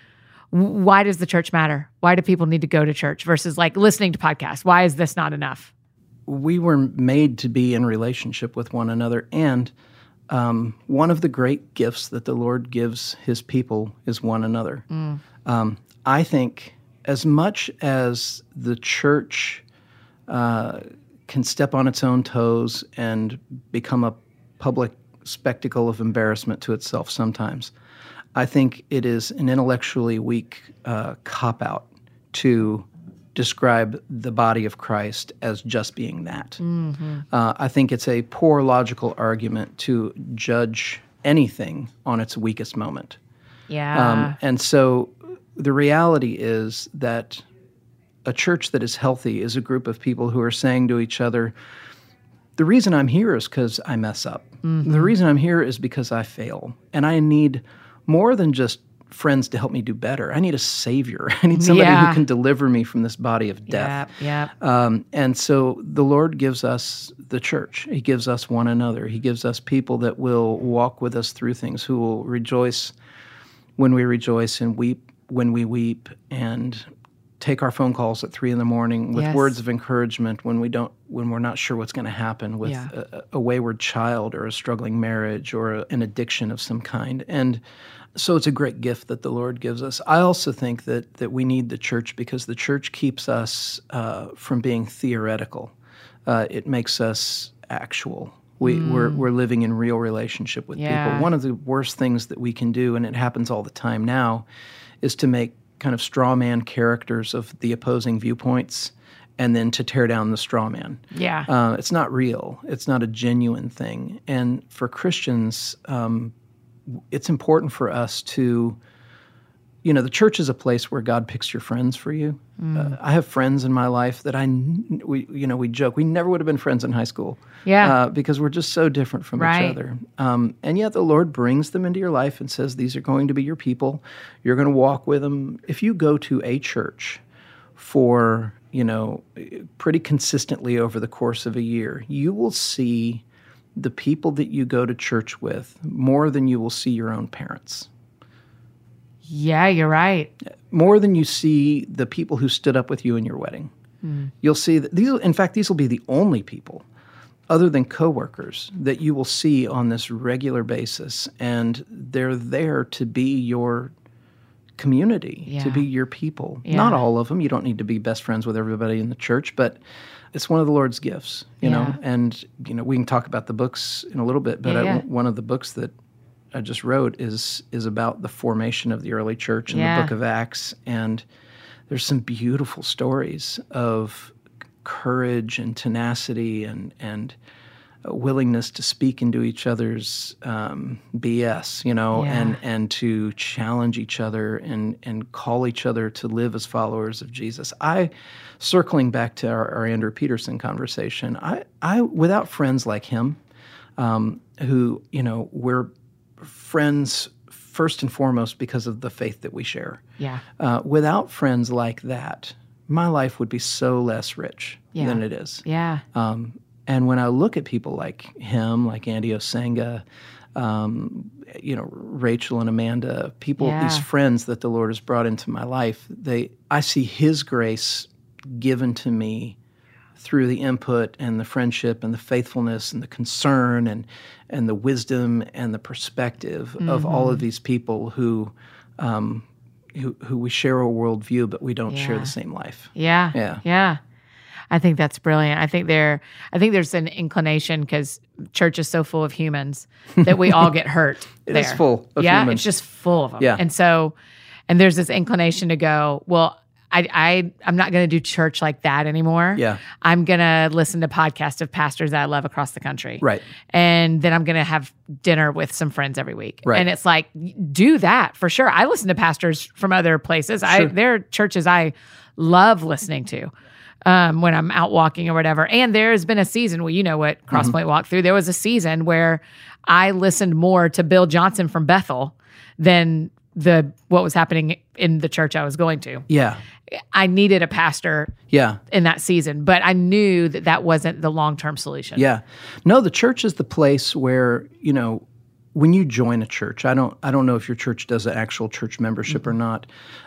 Speaker 1: wh- why does the church matter? Why do people need to go to church versus like listening to podcasts? Why is this not enough?
Speaker 2: we were made to be in relationship with one another. And um, one of the great gifts that the Lord gives his people is one another. Um, I think as much as the church uh, can step on its own toes and become a public spectacle of embarrassment to itself sometimes, I think it is an intellectually weak uh, cop out to describe the body of Christ as just being that. Uh, I think it's a poor logical argument to judge anything on its weakest moment.
Speaker 1: Yeah.
Speaker 2: Um, and so the reality is that a church that is healthy is a group of people who are saying to each other, the reason I'm here is because I mess up.
Speaker 1: Mm-hmm.
Speaker 2: The reason I'm here is because I fail. And I need more than just friends to help me do better. I need a savior. I need somebody
Speaker 1: Yeah.
Speaker 2: who can deliver me from this body of death.
Speaker 1: yeah. Yeah.
Speaker 2: Um, and so the Lord gives us the church. He gives us one another. He gives us people that will walk with us through things, who will rejoice when we rejoice and weep when we weep and take our phone calls at three in the morning with
Speaker 1: Yes.
Speaker 2: words of encouragement when we don't when we're not sure what's going to happen with
Speaker 1: Yeah.
Speaker 2: a, a wayward child or a struggling marriage or a, an addiction of some kind and so it's a great gift that the Lord gives us. I also think that that we need the church because the church keeps us uh, from being theoretical. Uh, it makes us actual. We, we're, we're living in real relationship with
Speaker 1: Yeah.
Speaker 2: people. One of the worst things that we can do, and it happens all the time now, is to make kind of straw man characters of the opposing viewpoints and then to tear down the straw man.
Speaker 1: Yeah.
Speaker 2: Uh, it's not real. It's not a genuine thing. And for Christians, um, it's important for us to, you know, the church is a place where God picks your friends for you. Uh, I have friends in my life that I, kn- we, you know, we joke we never would have been friends in high school.
Speaker 1: Yeah.
Speaker 2: Uh, because we're just so different from
Speaker 1: Right.
Speaker 2: each other. Um, and yet the Lord brings them into your life and says, These are going to be your people. You're going to walk with them. If you go to a church for, you know, pretty consistently over the course of a year, you will see the people that you go to church with more than you will see your own parents,
Speaker 1: yeah, you're right.
Speaker 2: more than you see the people who stood up with you in your wedding.
Speaker 1: Hmm.
Speaker 2: You'll see that these, in fact, these will be the only people other than coworkers that you will see on this regular basis and they're there to be your community
Speaker 1: Yeah.
Speaker 2: to be your people
Speaker 1: Yeah.
Speaker 2: not all of them you don't need to be best friends with everybody in the church but it's one of the lord's gifts you
Speaker 1: Yeah.
Speaker 2: know and you know we can talk about the books in a little bit but
Speaker 1: Yeah,
Speaker 2: I-
Speaker 1: yeah.
Speaker 2: one of the books that i just wrote is is about the formation of the early church in
Speaker 1: Yeah.
Speaker 2: the book of acts and there's some beautiful stories of c- courage and tenacity and and a willingness to speak into each other's um, BS, you know,
Speaker 1: Yeah.
Speaker 2: and and to challenge each other and and call each other to live as followers of Jesus. I, circling back to our, our Andrew Peterson conversation, I I without friends like him, um, who you know we're friends first and foremost because of the faith that we share.
Speaker 1: Yeah.
Speaker 2: Uh, without friends like that, my life would be so less rich
Speaker 1: Yeah.
Speaker 2: than it is.
Speaker 1: Yeah.
Speaker 2: Um, and when I look at people like him, like Andy Osenga, um, you know, Rachel and Amanda, people,
Speaker 1: Yeah.
Speaker 2: these friends that the Lord has brought into my life, they, I see His grace given to me through the input and the friendship and the faithfulness and the concern and and the wisdom and the perspective of all
Speaker 1: Mm-hmm.
Speaker 2: of these people who um, who, who we share a worldview but we don't share
Speaker 1: Yeah.
Speaker 2: the same life.
Speaker 1: Yeah.
Speaker 2: Yeah.
Speaker 1: Yeah. I think that's brilliant. I think there I think there's an inclination because church is so full of humans that we all get hurt.
Speaker 2: It
Speaker 1: there.
Speaker 2: is full of
Speaker 1: yeah,
Speaker 2: humans.
Speaker 1: it's just full of them.
Speaker 2: Yeah.
Speaker 1: And so, and there's this inclination to go, well, I, I, I'm not going to do church like that anymore.
Speaker 2: Yeah.
Speaker 1: I'm going to listen to podcasts of pastors that I love across the country.
Speaker 2: Right.
Speaker 1: And then I'm going to have dinner with some friends every week.
Speaker 2: Right.
Speaker 1: And it's like, do that for sure. I listen to pastors from other places. I,
Speaker 2: Sure.
Speaker 1: there are churches I love listening to. Um, when I'm out walking or whatever. And there has been a season, well, you know what
Speaker 2: Mm-hmm.
Speaker 1: Crosspoint walked through. There was a season where I listened more to Bill Johnson from Bethel than the what was happening in the church I was going to.
Speaker 2: Yeah.
Speaker 1: I needed a pastor
Speaker 2: Yeah.
Speaker 1: in that season, but I knew that that wasn't the long term solution.
Speaker 2: Yeah. No, the church is the place where, you know, when you join a church, I don't I don't know if your church does an actual church membership
Speaker 1: Mm-hmm.
Speaker 2: or not.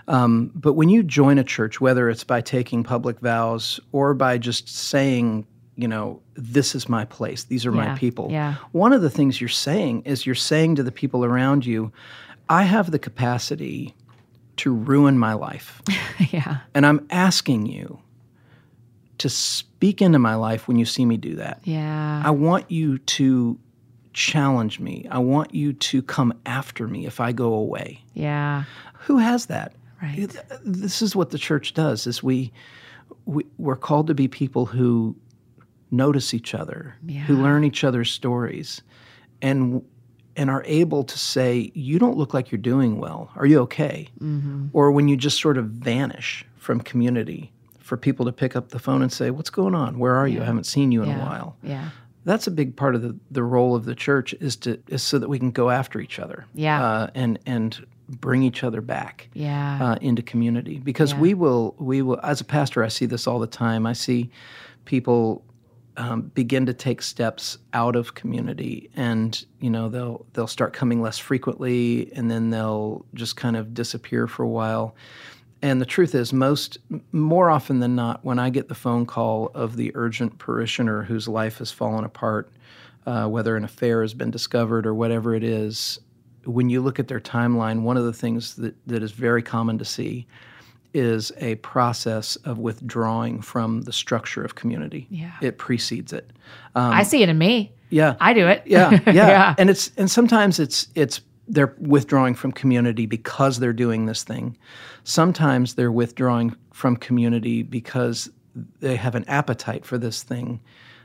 Speaker 2: Um, but when you join a church, whether it's by taking public vows or by just saying, you know, this is my place, these are
Speaker 1: Yeah.
Speaker 2: my people.
Speaker 1: Yeah.
Speaker 2: One of the things you're saying is you're saying to the people around you, I have the capacity to ruin my life.
Speaker 1: yeah.
Speaker 2: and I'm asking you to speak into my life when you see me do that.
Speaker 1: Yeah.
Speaker 2: I want you to challenge me. I want you to come after me if I go away.
Speaker 1: Yeah.
Speaker 2: Who has that?
Speaker 1: Right.
Speaker 2: Th- This is what the church does is we, we we're called to be people who notice each other, who
Speaker 1: Yeah.
Speaker 2: learn each other's stories and and are able to say you don't look like you're doing well. Are you okay?
Speaker 1: hmm
Speaker 2: Or when you just sort of vanish from community for people to pick up the phone and say, "What's going on? Where are you?
Speaker 1: Yeah.
Speaker 2: I haven't seen you in
Speaker 1: Yeah.
Speaker 2: a while."
Speaker 1: Yeah.
Speaker 2: that's a big part of the, the role of the church is to is so that we can go after each other
Speaker 1: Yeah.
Speaker 2: uh, and and bring each other back
Speaker 1: Yeah.
Speaker 2: uh, into community because
Speaker 1: Yeah.
Speaker 2: we will we will as a pastor I see this all the time I see people um, begin to take steps out of community and you know they'll they'll start coming less frequently and then they'll just kind of disappear for a while and the truth is most m- more often than not when i get the phone call of the urgent parishioner whose life has fallen apart uh, whether an affair has been discovered or whatever it is when you look at their timeline, one of the things that, that is very common to see is a process of withdrawing from the structure of community.
Speaker 1: Yeah.
Speaker 2: It precedes it.
Speaker 1: I see it in me.
Speaker 2: Yeah.
Speaker 1: I do it.
Speaker 2: um, yeah, yeah,
Speaker 1: yeah.
Speaker 2: And it's and sometimes it's it's they're withdrawing from community because they're doing this thing. Sometimes they're withdrawing from community because they have an appetite for this thing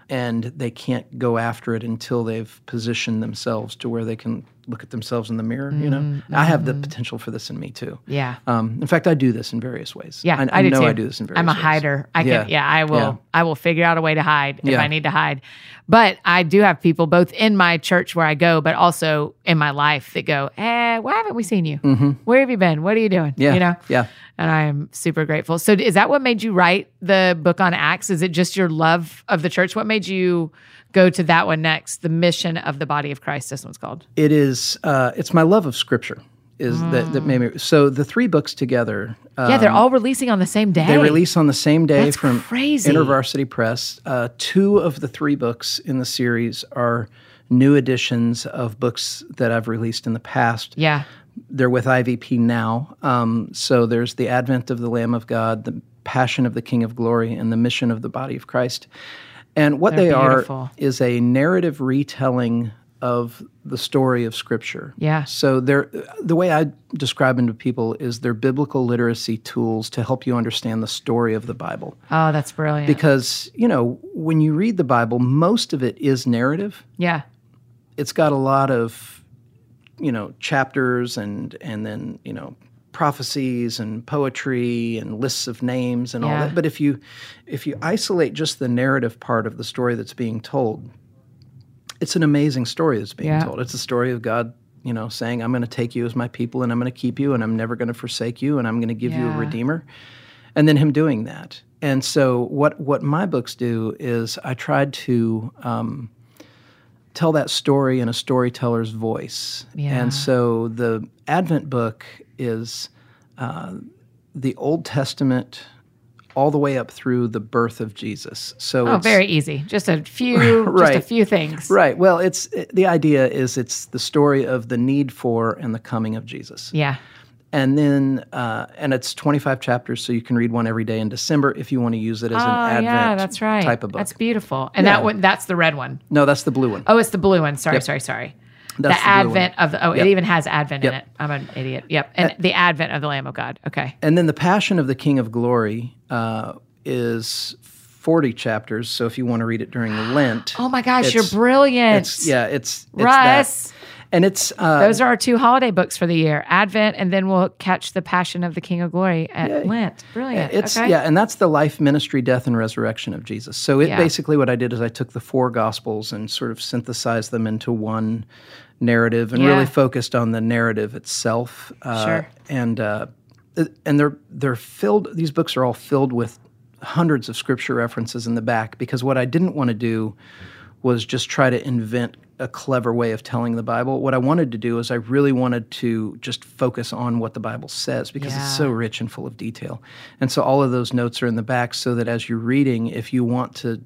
Speaker 2: and they can't go after it until they've positioned themselves to where they can look at themselves in the mirror, you know. I have the potential for this in me too.
Speaker 1: Mm-hmm. Yeah.
Speaker 2: Um, in fact, I do this in various ways.
Speaker 1: Yeah,
Speaker 2: I, I,
Speaker 1: do
Speaker 2: know
Speaker 1: too.
Speaker 2: I do this in various
Speaker 1: I'm a
Speaker 2: ways.
Speaker 1: hider. I can.
Speaker 2: Yeah.
Speaker 1: Yeah, I will.
Speaker 2: Yeah.
Speaker 1: I will figure out a way to hide if
Speaker 2: Yeah.
Speaker 1: I need to hide. But I do have people both in my church where I go, but also in my life that go, "Eh, why haven't we seen you? Where have you been? What are you doing?
Speaker 2: Mm-hmm. Yeah.
Speaker 1: You know."
Speaker 2: Yeah.
Speaker 1: And I am super grateful. So, is that what made you write the book on Acts? Is it just your love of the church? What made you go to that one next? The mission of the body of Christ. This one's called.
Speaker 2: it is uh, it's my love of scripture is that that made me so the three books together uh,
Speaker 1: yeah, they're all releasing on the same day.
Speaker 2: they release on the same day
Speaker 1: That's
Speaker 2: from
Speaker 1: crazy.
Speaker 2: InterVarsity Press. Uh, two of the three books in the series are new editions of books that I've released in the past.
Speaker 1: Yeah.
Speaker 2: They're with IVP now. Um, so there's The Advent of the Lamb of God, The Passion of the King of Glory, and The Mission of the Body of Christ. And what
Speaker 1: They're
Speaker 2: they
Speaker 1: beautiful.
Speaker 2: are is a narrative retelling of the story of Scripture.
Speaker 1: Yeah.
Speaker 2: So they're the way I describe them to people is they're biblical literacy tools to help you understand the story of the Bible.
Speaker 1: Oh, that's brilliant.
Speaker 2: Because, you know, when you read the Bible, most of it is narrative.
Speaker 1: yeah.
Speaker 2: It's got a lot of, you know, chapters and and then, you know, prophecies and poetry and lists of names and all
Speaker 1: Yeah.
Speaker 2: that. But if you if you isolate just the narrative part of the story that's being told, it's an amazing story that's being
Speaker 1: Yeah.
Speaker 2: told. It's a story of God, you know, saying, I'm going to take you as my people and I'm going to keep you and I'm never going to forsake you and I'm going to give you
Speaker 1: Yeah.
Speaker 2: a redeemer. And then him doing that. And so what what my books do is I tried to um, tell that story in a storyteller's voice.
Speaker 1: Yeah.
Speaker 2: And so the Advent book is uh, the Old Testament all the way up through the birth of Jesus. So
Speaker 1: Oh,
Speaker 2: it's,
Speaker 1: very easy. Just a few, just
Speaker 2: Right.
Speaker 1: a few things.
Speaker 2: Right. Well, it's it- the idea is it's the story of the need for and the coming of Jesus,
Speaker 1: Yeah.
Speaker 2: and then uh, and it's twenty five chapters, so you can read one every day in December if you want to use it as
Speaker 1: Oh,
Speaker 2: an Advent
Speaker 1: yeah, that's right.
Speaker 2: type of book.
Speaker 1: That's beautiful. And
Speaker 2: Yeah.
Speaker 1: that one, that's the red one.
Speaker 2: no, that's the blue one.
Speaker 1: Oh, it's the blue one. Sorry, sorry, sorry.
Speaker 2: That's
Speaker 1: the,
Speaker 2: the blue
Speaker 1: advent of the, oh,
Speaker 2: Yep.
Speaker 1: it even has advent in
Speaker 2: Yep. Uh,
Speaker 1: it. I'm an idiot. Yep. And the advent of the Lamb of God. Okay.
Speaker 2: And then the Passion of the King of Glory uh, is forty chapters, so if you want to read it during Lent,
Speaker 1: Oh my gosh,
Speaker 2: It's-
Speaker 1: you're brilliant.
Speaker 2: it's yeah, it's, it's
Speaker 1: Russ.
Speaker 2: that. and it's uh,
Speaker 1: Those are our two holiday books for the year Advent, and then we'll catch the Passion of the King of Glory at Lent. Brilliant.
Speaker 2: It's
Speaker 1: okay.
Speaker 2: yeah, and that's the life, ministry, death, and resurrection of Jesus. So it
Speaker 1: Yeah.
Speaker 2: basically what I did is I took the four gospels and sort of synthesized them into one narrative and
Speaker 1: Yeah.
Speaker 2: really focused on the narrative itself. Uh,
Speaker 1: Sure.
Speaker 2: And uh, it- and they're they're filled. These books are all filled with hundreds of scripture references in the back because what I didn't want to do was just try to invent a clever way of telling the Bible. What I wanted to do is I really wanted to just focus on what the Bible says because
Speaker 1: Yeah.
Speaker 2: it's so rich and full of detail. And so all of those notes are in the back so that as you're reading, if you want to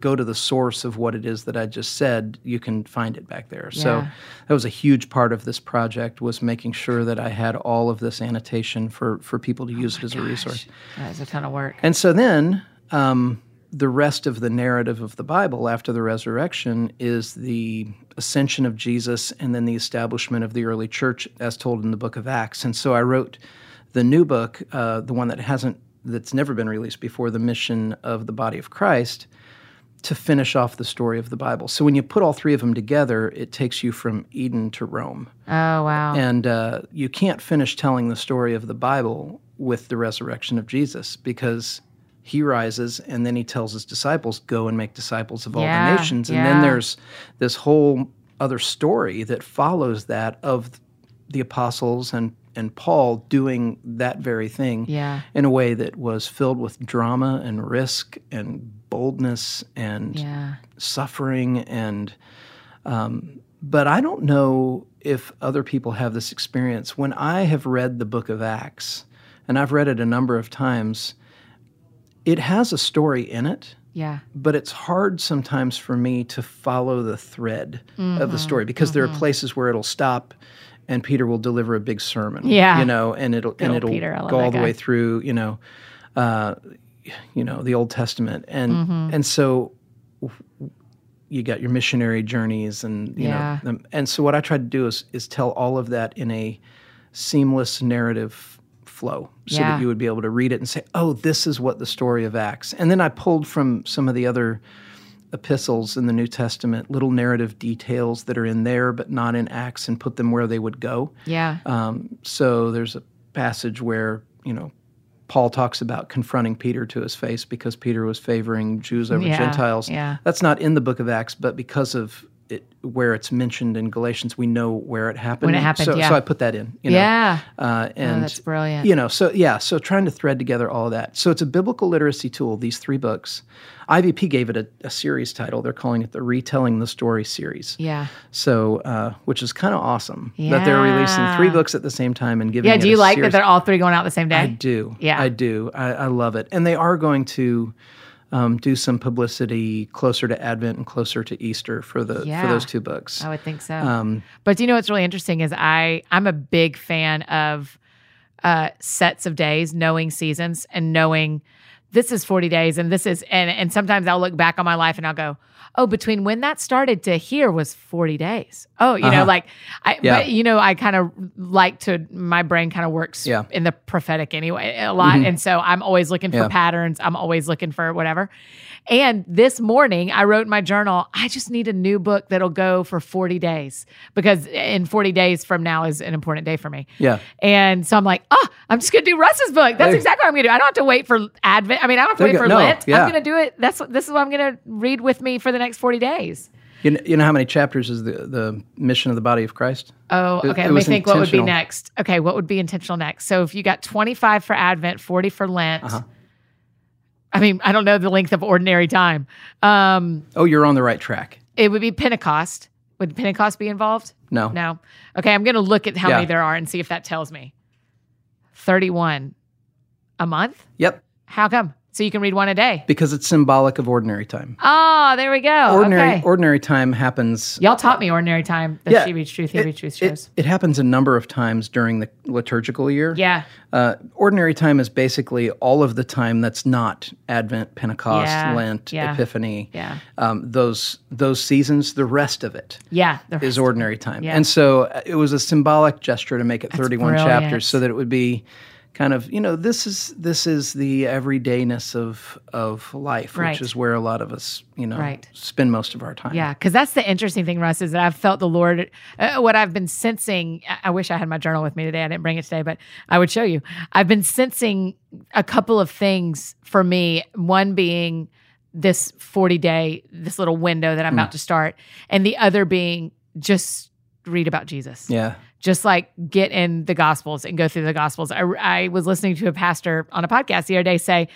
Speaker 2: go to the source of what it is that I just said, you can find it back there. So
Speaker 1: Yeah.
Speaker 2: that was a huge part of this project was making sure that I had all of this annotation for for people to use it as a resource.
Speaker 1: That's a ton of work.
Speaker 2: And so then um, the rest of the narrative of the Bible after the resurrection is the ascension of Jesus and then the establishment of the early church as told in the book of Acts. And so I wrote the new book, uh, the one that hasn't, that's never been released before, The Mission of the Body of Christ, to finish off the story of the Bible. So when you put all three of them together, it takes you from Eden to Rome.
Speaker 1: Oh, wow.
Speaker 2: And uh, you can't finish telling the story of the Bible with the resurrection of Jesus because he rises and then he tells his disciples, go and make disciples of all
Speaker 1: Yeah,
Speaker 2: the nations. And then
Speaker 1: yeah.
Speaker 2: there's this whole other story that follows that of the apostles and, and Paul doing that very thing
Speaker 1: Yeah.
Speaker 2: in a way that was filled with drama and risk and boldness and
Speaker 1: Yeah.
Speaker 2: suffering and um, but i don't know if other people have this experience when i have read the book of acts and i've read it a number of times it has a story in it
Speaker 1: Yeah.
Speaker 2: but it's hard sometimes for me to follow the thread
Speaker 1: Mm-hmm.
Speaker 2: of the story because there are places where it'll stop and Peter will deliver a big sermon.
Speaker 1: Yeah.
Speaker 2: You know, and it'll and
Speaker 1: old
Speaker 2: it'll
Speaker 1: Peter, I love
Speaker 2: go all
Speaker 1: that
Speaker 2: the
Speaker 1: guy.
Speaker 2: way through, you know, uh, you know, the Old Testament. And
Speaker 1: Mm-hmm.
Speaker 2: and so you got your missionary journeys and you
Speaker 1: Yeah.
Speaker 2: know them. and so what I try to do is is tell all of that in a seamless narrative flow so
Speaker 1: Yeah.
Speaker 2: that you would be able to read it and say oh this is what the story of acts and then i pulled from some of the other epistles in the new testament little narrative details that are in there but not in acts and put them where they would go
Speaker 1: Yeah.
Speaker 2: um, so there's a passage where you know paul talks about confronting peter to his face because peter was favoring jews over
Speaker 1: Yeah,
Speaker 2: gentiles
Speaker 1: yeah.
Speaker 2: that's not in the book of acts but because of it, where it's mentioned in Galatians, we know where it happened.
Speaker 1: When it happened,
Speaker 2: so,
Speaker 1: yeah.
Speaker 2: so I put that in. You know?
Speaker 1: yeah. Oh,
Speaker 2: uh, and
Speaker 1: that's brilliant.
Speaker 2: You know, so yeah, so trying to thread together all of that. So it's a biblical literacy tool. These three books, IVP gave it a, a series title. They're calling it the Retelling the Story series.
Speaker 1: Yeah.
Speaker 2: So, uh, which is kind of awesome that they're releasing
Speaker 1: Yeah.
Speaker 2: three books at the same time and giving.
Speaker 1: Yeah.
Speaker 2: it
Speaker 1: Do
Speaker 2: a
Speaker 1: you like that
Speaker 2: series.
Speaker 1: they're all three going out the same day?
Speaker 2: I do.
Speaker 1: Yeah.
Speaker 2: I do. I, I love it, and they are going to. Um, do some publicity closer to Advent and closer to Easter for the
Speaker 1: Yeah. Oh.
Speaker 2: for those two books.
Speaker 1: I would think so.
Speaker 2: Um,
Speaker 1: but do you know what's really interesting is I I'm a big fan of uh, sets of days, knowing seasons, and knowing this is 40 days and this is and and sometimes I'll look back on my life and I'll go, oh, between when that started to here was 40 days. Oh, you know,
Speaker 2: Uh-huh.
Speaker 1: like I
Speaker 2: Yeah.
Speaker 1: but you know I kind of like to my brain kind of works
Speaker 2: Yeah. Mm-hmm.
Speaker 1: in the prophetic anyway a lot, and so I'm always looking for
Speaker 2: Yeah.
Speaker 1: patterns. I'm always looking for whatever. And this morning, I wrote in my journal, I just need a new book that'll go for 40 days because in 40 days from now is an important day for me.
Speaker 2: yeah.
Speaker 1: And so I'm like, oh, I'm just going to do Russ's book. That's
Speaker 2: There-
Speaker 1: exactly what I'm going to do. I don't have to wait for Advent. I mean, I don't have to
Speaker 2: There
Speaker 1: wait
Speaker 2: you
Speaker 1: for
Speaker 2: go. No,
Speaker 1: Lent.
Speaker 2: yeah.
Speaker 1: I'm going to do it. That's what, this is what I'm going to read with me for the next 40 days.
Speaker 2: You know, you know how many chapters is the the mission of the body of Christ?
Speaker 1: Oh,
Speaker 2: It-
Speaker 1: okay.
Speaker 2: it
Speaker 1: Let me
Speaker 2: was
Speaker 1: think what would be
Speaker 2: intentional.
Speaker 1: next. Okay, what would be intentional next? So if you got 25 for Advent, 40 for Lent.
Speaker 2: Uh-huh.
Speaker 1: I mean, I don't know the length of ordinary time. Um,
Speaker 2: Oh, you're on the right track.
Speaker 1: It would be Pentecost. Would Pentecost be involved?
Speaker 2: No.
Speaker 1: No. Okay, I'm going to look at how
Speaker 2: Yeah.
Speaker 1: many there are and see if that tells me. 31 a month?
Speaker 2: Yep.
Speaker 1: How come? So you can read one a day.
Speaker 2: Because it's symbolic of ordinary time.
Speaker 1: Oh, there we go.
Speaker 2: Ordinary
Speaker 1: okay.
Speaker 2: ordinary time happens.
Speaker 1: Y'all taught me ordinary time, the
Speaker 2: Yeah,
Speaker 1: She Reads Truth, He
Speaker 2: it-
Speaker 1: Reads Truth shows.
Speaker 2: It, it happens a number of times during the liturgical year.
Speaker 1: yeah.
Speaker 2: Uh, ordinary time is basically all of the time that's not Advent, Pentecost,
Speaker 1: Yeah,
Speaker 2: Lent,
Speaker 1: yeah,
Speaker 2: Epiphany.
Speaker 1: yeah.
Speaker 2: Um, those those seasons, the rest of it
Speaker 1: Yeah. the-
Speaker 2: is ordinary time.
Speaker 1: Yeah.
Speaker 2: And so uh, it was a symbolic gesture to make it 31
Speaker 1: brilliant.
Speaker 2: chapters so that it would be kind of, you know, this is this is the everydayness of of life,
Speaker 1: Right.
Speaker 2: which is where a lot of us, you know,
Speaker 1: Right.
Speaker 2: spend most of our time.
Speaker 1: Yeah, because that's the interesting thing, Russ, is that I've felt the Lord. Uh, what I've been sensing, I- I wish I had my journal with me today. I didn't bring it today, but I would show you. I've been sensing a couple of things for me. One being this 40 day, this little window
Speaker 2: Hmm.
Speaker 1: that I'm about to start, and the other being just read about Jesus
Speaker 2: Yeah.
Speaker 1: just like get in the gospels and go through the gospels I, I was listening to a pastor on a podcast the other day say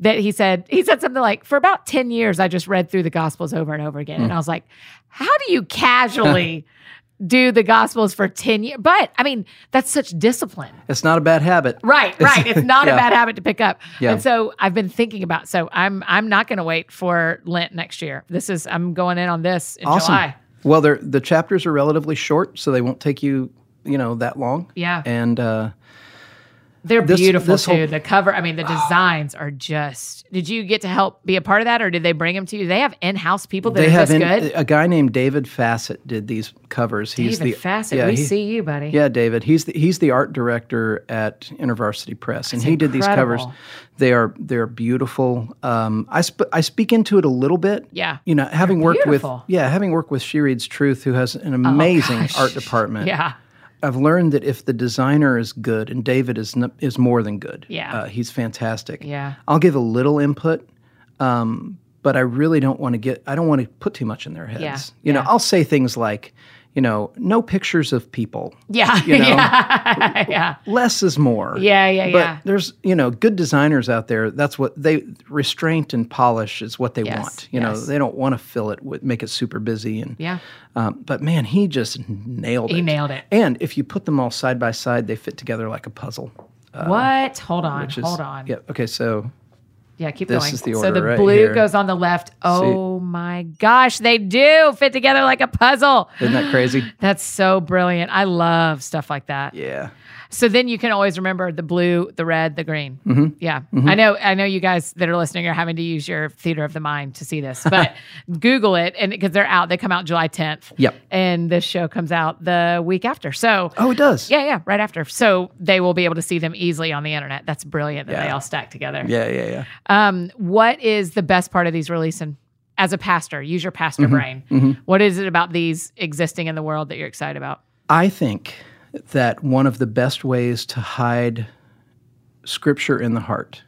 Speaker 1: that he said he said something like for about 10 years i just read through the gospels over and over again and i was like how do you casually do the gospels for 10 years but i mean that's such discipline
Speaker 2: It's not a bad habit.
Speaker 1: Right, right. It's not a
Speaker 2: Yeah.
Speaker 1: bad habit to pick up.
Speaker 2: Yeah.
Speaker 1: And so I've been thinking about so I'm I'm not going to wait for Lent next year. This is I'm going in on this in
Speaker 2: Awesome.
Speaker 1: July.
Speaker 2: Well, they're, the chapters are relatively short, so they won't take you, you know, that long.
Speaker 1: Yeah.
Speaker 2: And uh,
Speaker 1: They're
Speaker 2: This-
Speaker 1: beautiful
Speaker 2: this
Speaker 1: too.
Speaker 2: whole- Ah.
Speaker 1: the cover, I mean, the designs are just. Did you get to help be a part of that, or did they bring them to you? Do They have in-house people that
Speaker 2: they
Speaker 1: are
Speaker 2: have
Speaker 1: this
Speaker 2: in, uh,
Speaker 1: good.
Speaker 2: a guy named David Fassett did these covers. He's
Speaker 1: David
Speaker 2: the
Speaker 1: Facet,
Speaker 2: yeah,
Speaker 1: we
Speaker 2: he-
Speaker 1: see you, buddy.
Speaker 2: Yeah, David. He's the, he's the art director at InterVarsity Press, and he did these covers.
Speaker 1: incredible.
Speaker 2: They are they're beautiful. Um, I sp- I speak into it a little bit.
Speaker 1: Yeah.
Speaker 2: you know, having worked
Speaker 1: beautiful. Oh,
Speaker 2: with yeah, having worked with She Reads Truth, who has an amazing art department.
Speaker 1: Yeah.
Speaker 2: I've learned that if the designer is good, and David is n- is more than good.
Speaker 1: Yeah.
Speaker 2: uh, he's fantastic.
Speaker 1: Yeah.
Speaker 2: I'll give a little input, um, but I really don't want to get. I don't want to put too much in their heads.
Speaker 1: Yeah,
Speaker 2: You know,
Speaker 1: yeah.
Speaker 2: I'll say things like, you know, no pictures of people.
Speaker 1: Yeah.
Speaker 2: You know?
Speaker 1: yeah. yeah.
Speaker 2: Less is more.
Speaker 1: Yeah, yeah,
Speaker 2: but
Speaker 1: yeah.
Speaker 2: there's you know good designers out there. That's what they restraint and polish is what they
Speaker 1: Yes,
Speaker 2: want. You know
Speaker 1: yes.
Speaker 2: they don't want to fill it with make it super busy and
Speaker 1: Yeah.
Speaker 2: um, but man, he just nailed it.
Speaker 1: He nailed it.
Speaker 2: And if you put them all side by side, they fit together like a puzzle.
Speaker 1: what? Hold on.
Speaker 2: Uh, which is-
Speaker 1: hold on.
Speaker 2: Yeah. Okay. So
Speaker 1: Yeah, keep
Speaker 2: This
Speaker 1: going.
Speaker 2: is the
Speaker 1: so
Speaker 2: order
Speaker 1: the
Speaker 2: right
Speaker 1: blue
Speaker 2: here.
Speaker 1: goes on the left. Oh my gosh, they do fit together like a puzzle.
Speaker 2: Isn't that crazy?
Speaker 1: That's so brilliant. I love stuff like that.
Speaker 2: Yeah.
Speaker 1: So then you can always remember the blue, the red, the green.
Speaker 2: Mm-hmm.
Speaker 1: Yeah. I know I know you guys that are listening are having to use your theater of the mind to see this, but Google it and because they're out, they come out July 10th.
Speaker 2: Yep.
Speaker 1: And this show comes out the week after. So
Speaker 2: Oh, it does.
Speaker 1: yeah, yeah, right after. So they will be able to see them easily on the internet. That's brilliant that they all stack together.
Speaker 2: Yeah, yeah, yeah.
Speaker 1: Um, what is the best part of these releasing? As a pastor, use your pastor
Speaker 2: Mm-hmm.
Speaker 1: brain. What is it about these existing in the world that you're excited about?
Speaker 2: I think that one of the best ways to hide scripture in the heart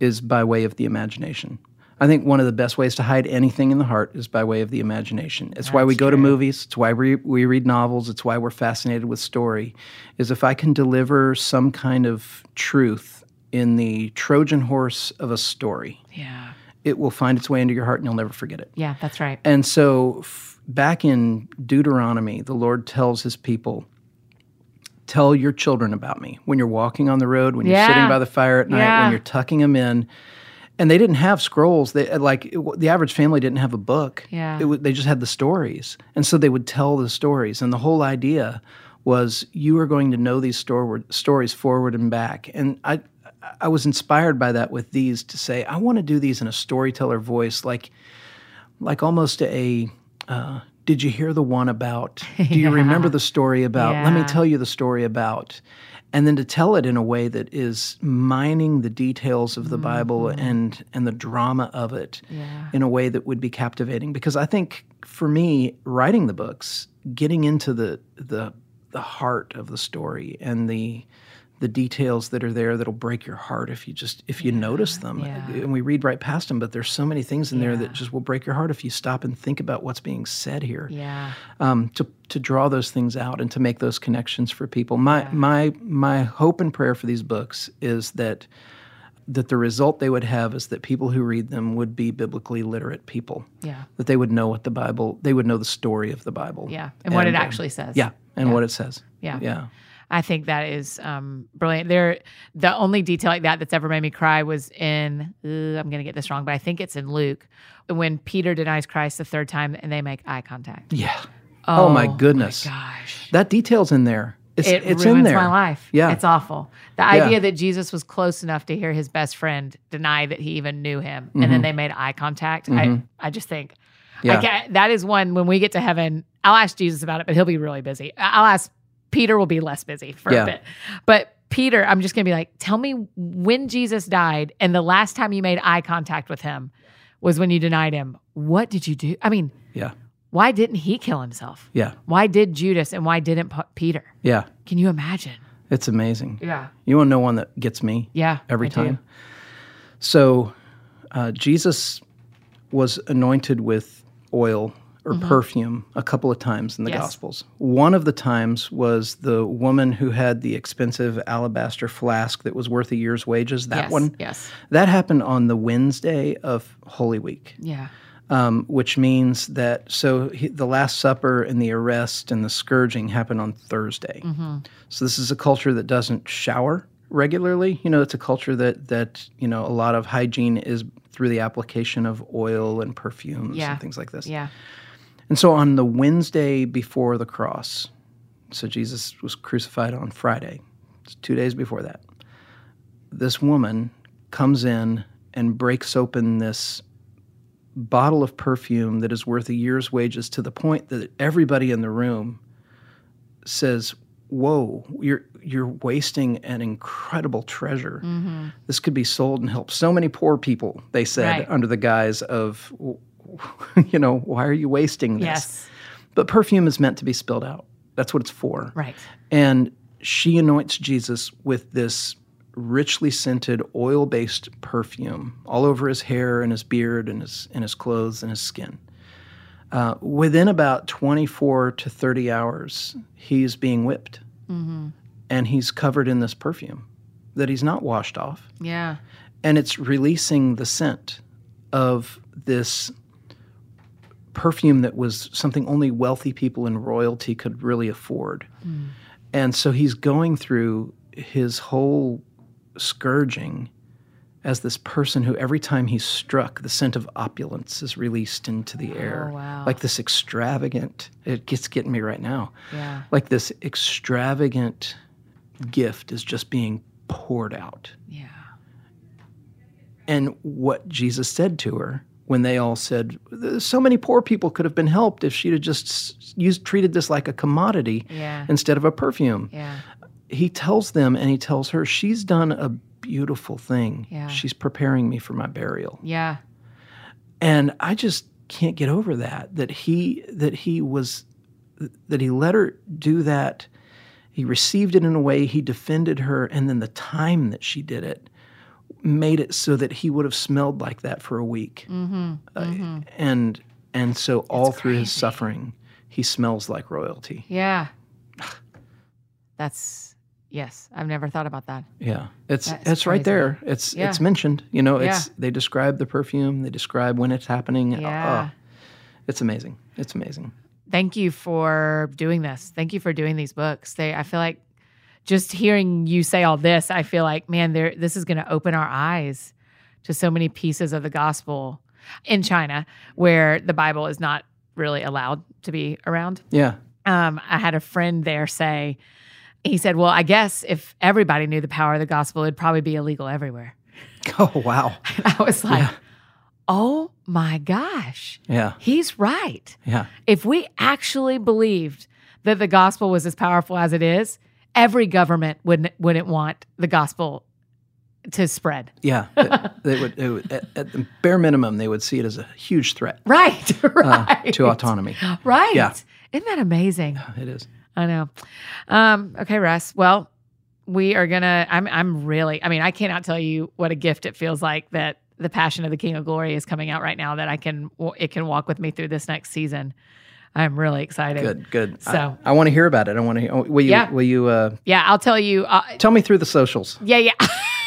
Speaker 2: is by way of the imagination. I think one of the best ways to hide anything in the heart is by way of the imagination. It's why we go to movies, it's why we, we read novels, it's why we're fascinated with story is if I can deliver some kind of truth in the Trojan horse of a story,
Speaker 1: Yeah.
Speaker 2: it will find its way into your heart and you'll never forget it.
Speaker 1: Yeah, that's right.
Speaker 2: And so f- back in Deuteronomy, the Lord tells his people, Tell your children about me when you're walking on the road, when you're
Speaker 1: Yeah.
Speaker 2: sitting by the fire at night,
Speaker 1: Yeah.
Speaker 2: when you're tucking them in. And they didn't have scrolls. They like it, w- the average family didn't have a book.
Speaker 1: Yeah.
Speaker 2: It w- they just had the stories, and so they would tell the stories. And the whole idea was you are going to know these storward, stories forward and back. And I, I was inspired by that with these to say I want to do these in a storyteller voice, like like almost a uh, did you hear the one about do you remember the story about let me
Speaker 1: Yeah.
Speaker 2: tell you the story about and then to tell it in a way that is mining the details of the bible
Speaker 1: Mm-hmm.
Speaker 2: and and the drama of it
Speaker 1: Yeah.
Speaker 2: in a way that would be captivating because i think for me writing the books getting into the the the heart of the story and the the details that are there that'll break your heart if you just if you notice them
Speaker 1: yeah.
Speaker 2: and we read right past them but there's so many things in there that just will break your heart if you stop and think about what's being said here
Speaker 1: Yeah.
Speaker 2: um, to to draw those things out and to make those connections for people. My my my hope and prayer for these books is that that the result they would have is that people who read them would be biblically literate people.
Speaker 1: Yeah.
Speaker 2: That they would know what the Bible, they would know the story of the Bible.
Speaker 1: Yeah. And, what it
Speaker 2: um,
Speaker 1: actually says.
Speaker 2: Yeah, and what it says.
Speaker 1: Yeah.
Speaker 2: Yeah.
Speaker 1: I think that is um, brilliant. There, the only detail like that that's ever made me cry was in ooh, I'm going to get this wrong, but I think it's in Luke when Peter denies Christ the third time and they make eye contact.
Speaker 2: Yeah. Oh, my goodness.
Speaker 1: Gosh,
Speaker 2: That detail's in there. It's
Speaker 1: it
Speaker 2: it's
Speaker 1: ruins
Speaker 2: in there.
Speaker 1: my life.
Speaker 2: Yeah.
Speaker 1: it's awful. The
Speaker 2: Yeah.
Speaker 1: idea that Jesus was close enough to hear his best friend deny that he even knew him, and then they made eye contact. I, I just think. I
Speaker 2: Mm-hmm. Yeah.
Speaker 1: can't, that is one when we get to heaven. I'll ask Jesus about it, but he'll be really busy. I- I'll ask Peter will be less busy for a
Speaker 2: Yeah.
Speaker 1: bit. But Peter, I'm just gonna be like, tell me when Jesus died and the last time you made eye contact with him was when you denied him. What did you do? I mean,
Speaker 2: Yeah.
Speaker 1: why didn't he kill himself?
Speaker 2: Yeah.
Speaker 1: Why did Judas and why didn't P- Peter?
Speaker 2: Yeah.
Speaker 1: Can you imagine?
Speaker 2: It's amazing.
Speaker 1: Yeah.
Speaker 2: You want to know one that gets me?
Speaker 1: Yeah.
Speaker 2: every
Speaker 1: I do.
Speaker 2: time. So uh, Jesus was anointed with oil or perfume a couple of times in the
Speaker 1: Mm-hmm. Yes.
Speaker 2: Gospels. One of the times was the woman who had the expensive alabaster flask that was worth a year's wages. That
Speaker 1: Yes.
Speaker 2: one.
Speaker 1: Yes.
Speaker 2: That happened on the Wednesday of Holy Week
Speaker 1: Yeah.
Speaker 2: um, which means that so he, the Last Supper and the arrest and the scourging happen on Thursday.
Speaker 1: Mm-hmm.
Speaker 2: So this is a culture that doesn't shower regularly. You know, it's a culture that that you know a lot of hygiene is through the application of oil and perfumes
Speaker 1: Yeah.
Speaker 2: and things like this.
Speaker 1: Yeah.
Speaker 2: And so on the Wednesday before the cross, so Jesus was crucified on Friday, it's two days before that, this woman comes in and breaks open this bottle of perfume that is worth a year's wages to the point that everybody in the room says, Whoa, you're you're wasting an incredible treasure. This could be sold and help so many poor people, they said,
Speaker 1: Right.
Speaker 2: under the guise of you know, why are you wasting this?
Speaker 1: Yes.
Speaker 2: But perfume is meant to be spilled out. That's what it's for.
Speaker 1: Right.
Speaker 2: And she anoints Jesus with this richly scented oil based perfume all over his hair and his beard and his, and his clothes and his skin. Uh, within about 24 to 30 hours, he's being whipped
Speaker 1: Mm-hmm.
Speaker 2: and he's covered in this perfume that he's not washed off
Speaker 1: Yeah.
Speaker 2: and it's releasing the scent of this perfume that was something only wealthy people and royalty could really afford. And so he's going through his whole scourging as this person who, every time he's struck, the scent of opulence is released into the air.
Speaker 1: Oh, wow.
Speaker 2: Like this extravagant, it gets getting me right now.
Speaker 1: Yeah.
Speaker 2: Like this extravagant gift is just being poured out.
Speaker 1: Yeah.
Speaker 2: And what Jesus said to her when they all said, so many poor people could have been helped if she'd have just s- used, treated this like a commodity
Speaker 1: Yeah.
Speaker 2: instead of a perfume
Speaker 1: Yeah.
Speaker 2: he tells them and he tells her she's done a beautiful thing
Speaker 1: Yeah.
Speaker 2: she's preparing me for my burial
Speaker 1: Yeah.
Speaker 2: and i just can't get over that that he that he was that he let her do that he received it in a way he defended her and then the time that she did it made it so that he would have smelled like that for a week
Speaker 1: Mm-hmm.
Speaker 2: Uh,
Speaker 1: hmm
Speaker 2: and and so all
Speaker 1: That's
Speaker 2: through his
Speaker 1: crazy.
Speaker 2: suffering he smells like royalty
Speaker 1: Yeah. That's yes. I've never thought about that.
Speaker 2: Yeah, it's
Speaker 1: That is
Speaker 2: it's right
Speaker 1: crazy.
Speaker 2: there. It's
Speaker 1: Yeah.
Speaker 2: it's mentioned. You know, it's they describe the perfume. They describe when it's happening. Uh,
Speaker 1: Yeah.
Speaker 2: it's amazing. It's amazing.
Speaker 1: Thank you for doing this. Thank you for doing these books. They I feel like just hearing you say all this, I feel like, man, there this is gonna open our eyes to so many pieces of the gospel in China where the Bible is not really allowed to be around.
Speaker 2: Yeah,
Speaker 1: um, I had a friend there say, he said, Well, I guess if everybody knew the power of the gospel, it'd probably be illegal everywhere.
Speaker 2: Oh wow.
Speaker 1: And I was like,
Speaker 2: Yeah.
Speaker 1: Oh my gosh,
Speaker 2: Yeah.
Speaker 1: he's right.
Speaker 2: Yeah.
Speaker 1: If we actually believed that the gospel was as powerful as it is, every government wouldn't, wouldn't want the gospel to spread.
Speaker 2: Yeah. they, they would, they would at, at the bare minimum they would see it as a huge threat
Speaker 1: Right,
Speaker 2: uh,
Speaker 1: right.
Speaker 2: to autonomy.
Speaker 1: Right.
Speaker 2: Yeah.
Speaker 1: Isn't that amazing?
Speaker 2: It is.
Speaker 1: I know. Um, okay, Russ. Well, we are gonna. I'm. I'm really. I mean, I cannot tell you what a gift it feels like that the Passion of the King of Glory is coming out right now. That I can. It can walk with me through this next season. I'm really excited.
Speaker 2: Good. Good.
Speaker 1: So-
Speaker 2: I, want to hear about it. I want to. hear oh, Will you?
Speaker 1: Yeah.
Speaker 2: Will you? Uh,
Speaker 1: Yeah, I'll tell you. Uh,
Speaker 2: tell me through the socials.
Speaker 1: yeah, yeah.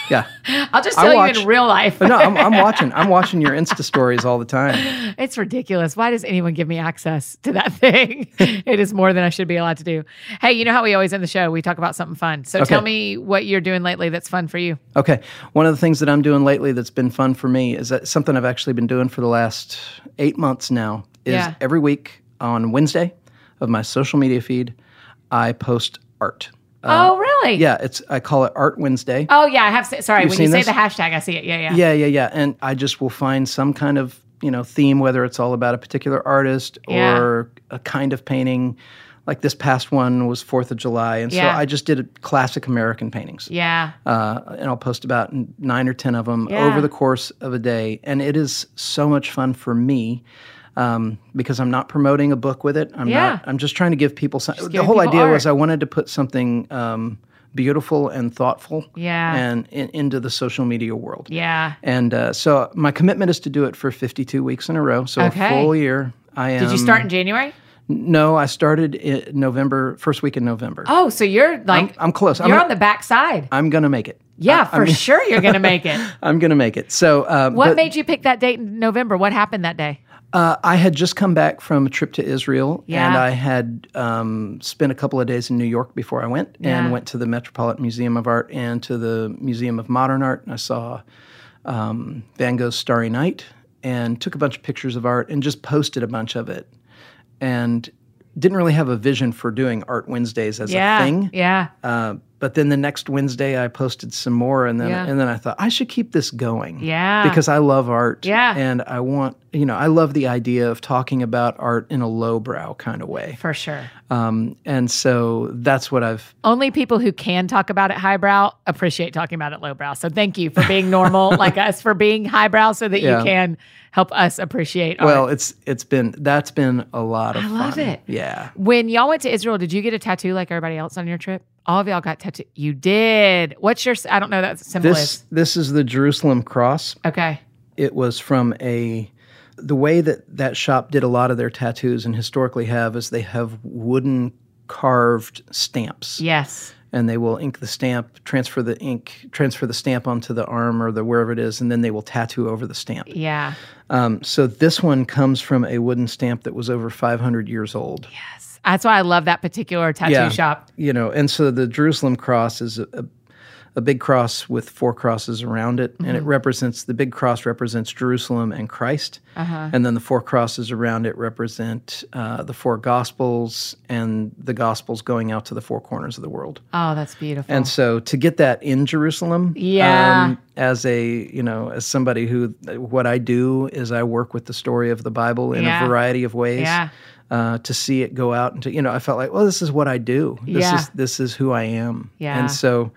Speaker 2: Yeah.
Speaker 1: I'll just
Speaker 2: I
Speaker 1: tell you
Speaker 2: watched-
Speaker 1: in real life.
Speaker 2: But no, I'm, I'm watching. I'm watching your Insta stories all the time.
Speaker 1: it's ridiculous. Why does anyone give me access to that thing? it is more than I should be allowed to do. Hey, you know how we always end the show? We talk about something fun. So
Speaker 2: Okay.
Speaker 1: tell me what you're doing lately that's fun for you.
Speaker 2: Okay. One of the things that I'm doing lately that's been fun for me is that something I've actually been doing for the last eight months now is
Speaker 1: Yeah.
Speaker 2: every week on Wednesday of my social media feed, I post art. Uh,
Speaker 1: oh, really?
Speaker 2: yeah, it's I call it Art Wednesday.
Speaker 1: Oh yeah, I have. se- Sorry,
Speaker 2: You've
Speaker 1: when you
Speaker 2: seen
Speaker 1: say
Speaker 2: this?
Speaker 1: the hashtag, I see it. Yeah, yeah,
Speaker 2: Yeah, yeah, yeah. And I just will find some kind of you know theme, whether it's all about a particular artist
Speaker 1: Yeah.
Speaker 2: or a kind of painting. Like this past one was Fourth of July, and
Speaker 1: Yeah.
Speaker 2: so I just did a classic American paintings.
Speaker 1: yeah.
Speaker 2: uh, and I'll post about n- nine or ten of them
Speaker 1: Yeah.
Speaker 2: over the course of a day. And it is so much fun for me um, because I'm not promoting a book with it. I'm
Speaker 1: Yeah.
Speaker 2: not. I'm just trying to give people some. the
Speaker 1: giving
Speaker 2: whole
Speaker 1: people
Speaker 2: idea was
Speaker 1: art.
Speaker 2: I wanted to put something um, beautiful and thoughtful.
Speaker 1: Yeah.
Speaker 2: And in, into the social media world.
Speaker 1: yeah.
Speaker 2: And uh, so my commitment is to do it for 52 weeks in a row. So
Speaker 1: Okay.
Speaker 2: a full year. I am.
Speaker 1: Did you start in January?
Speaker 2: No, I started in November, first week in November.
Speaker 1: Oh, so you're like
Speaker 2: I'm close. I'm
Speaker 1: you're
Speaker 2: gonna-
Speaker 1: on the back side.
Speaker 2: I'm gonna make it.
Speaker 1: Yeah, for sure, you're gonna make it.
Speaker 2: I'm gonna make it. So uh,
Speaker 1: What
Speaker 2: but-
Speaker 1: made you pick that date in November? What happened that day?
Speaker 2: Uh, I had just come back from a trip to Israel, and
Speaker 1: Yeah.
Speaker 2: I had um, spent a couple of days in New York before I went,
Speaker 1: Yeah.
Speaker 2: and went to the Metropolitan Museum of Art and to the Museum of Modern Art, and I saw um, Van Gogh's Starry Night, and took a bunch of pictures of art and just posted a bunch of it, and didn't really have a vision for doing Art Wednesdays as
Speaker 1: Yeah,
Speaker 2: a thing.
Speaker 1: yeah,
Speaker 2: Uh, but then the next Wednesday, I posted some more, and then
Speaker 1: Yeah.
Speaker 2: and then I thought I should keep this going
Speaker 1: yeah.
Speaker 2: because I love art.
Speaker 1: Yeah.
Speaker 2: And I want, you know, I love the idea of talking about art in a lowbrow kind of way.
Speaker 1: for sure,
Speaker 2: Um, and so that's what I've,
Speaker 1: only people who can talk about it highbrow appreciate talking about it lowbrow. So thank you for being normal like us, for being highbrow, so that
Speaker 2: Yeah.
Speaker 1: you can help us appreciate. art.
Speaker 2: well, it's, it's been, that's been a lot of
Speaker 1: I
Speaker 2: fun.
Speaker 1: love it.
Speaker 2: Yeah.
Speaker 1: When y'all went to Israel, did you get a tattoo like everybody else on your trip? All of y'all got tattoo. You did. What's your? I don't know. That's simplest.
Speaker 2: This, this is the Jerusalem cross.
Speaker 1: Okay.
Speaker 2: It was from a, the way that that shop did a lot of their tattoos and historically have is they have wooden carved stamps.
Speaker 1: Yes.
Speaker 2: and they will ink the stamp, transfer the ink, transfer the stamp onto the arm or the wherever it is, and then they will tattoo over the stamp.
Speaker 1: Yeah.
Speaker 2: Um, so this one comes from a wooden stamp that was over 500 years old.
Speaker 1: Yes. That's why I love that particular tattoo
Speaker 2: Yeah.
Speaker 1: shop.
Speaker 2: You know, and so the Jerusalem cross is a, a, a big cross with four crosses around it, and it represents the big cross represents Jerusalem and Christ, and then the four crosses around it represent uh, the four gospels and the gospels going out to the four corners of the world.
Speaker 1: Oh, that's beautiful.
Speaker 2: And so to get that in Jerusalem, um,
Speaker 1: Yeah.
Speaker 2: as a you know, as somebody who what I do is I work with the story of the Bible in
Speaker 1: Yeah.
Speaker 2: a variety of ways.
Speaker 1: Yeah.
Speaker 2: Uh, to see it go out and to you know, I felt like, well, this is what I do. This
Speaker 1: Yeah.
Speaker 2: is this is who I am.
Speaker 1: Yeah.
Speaker 2: And so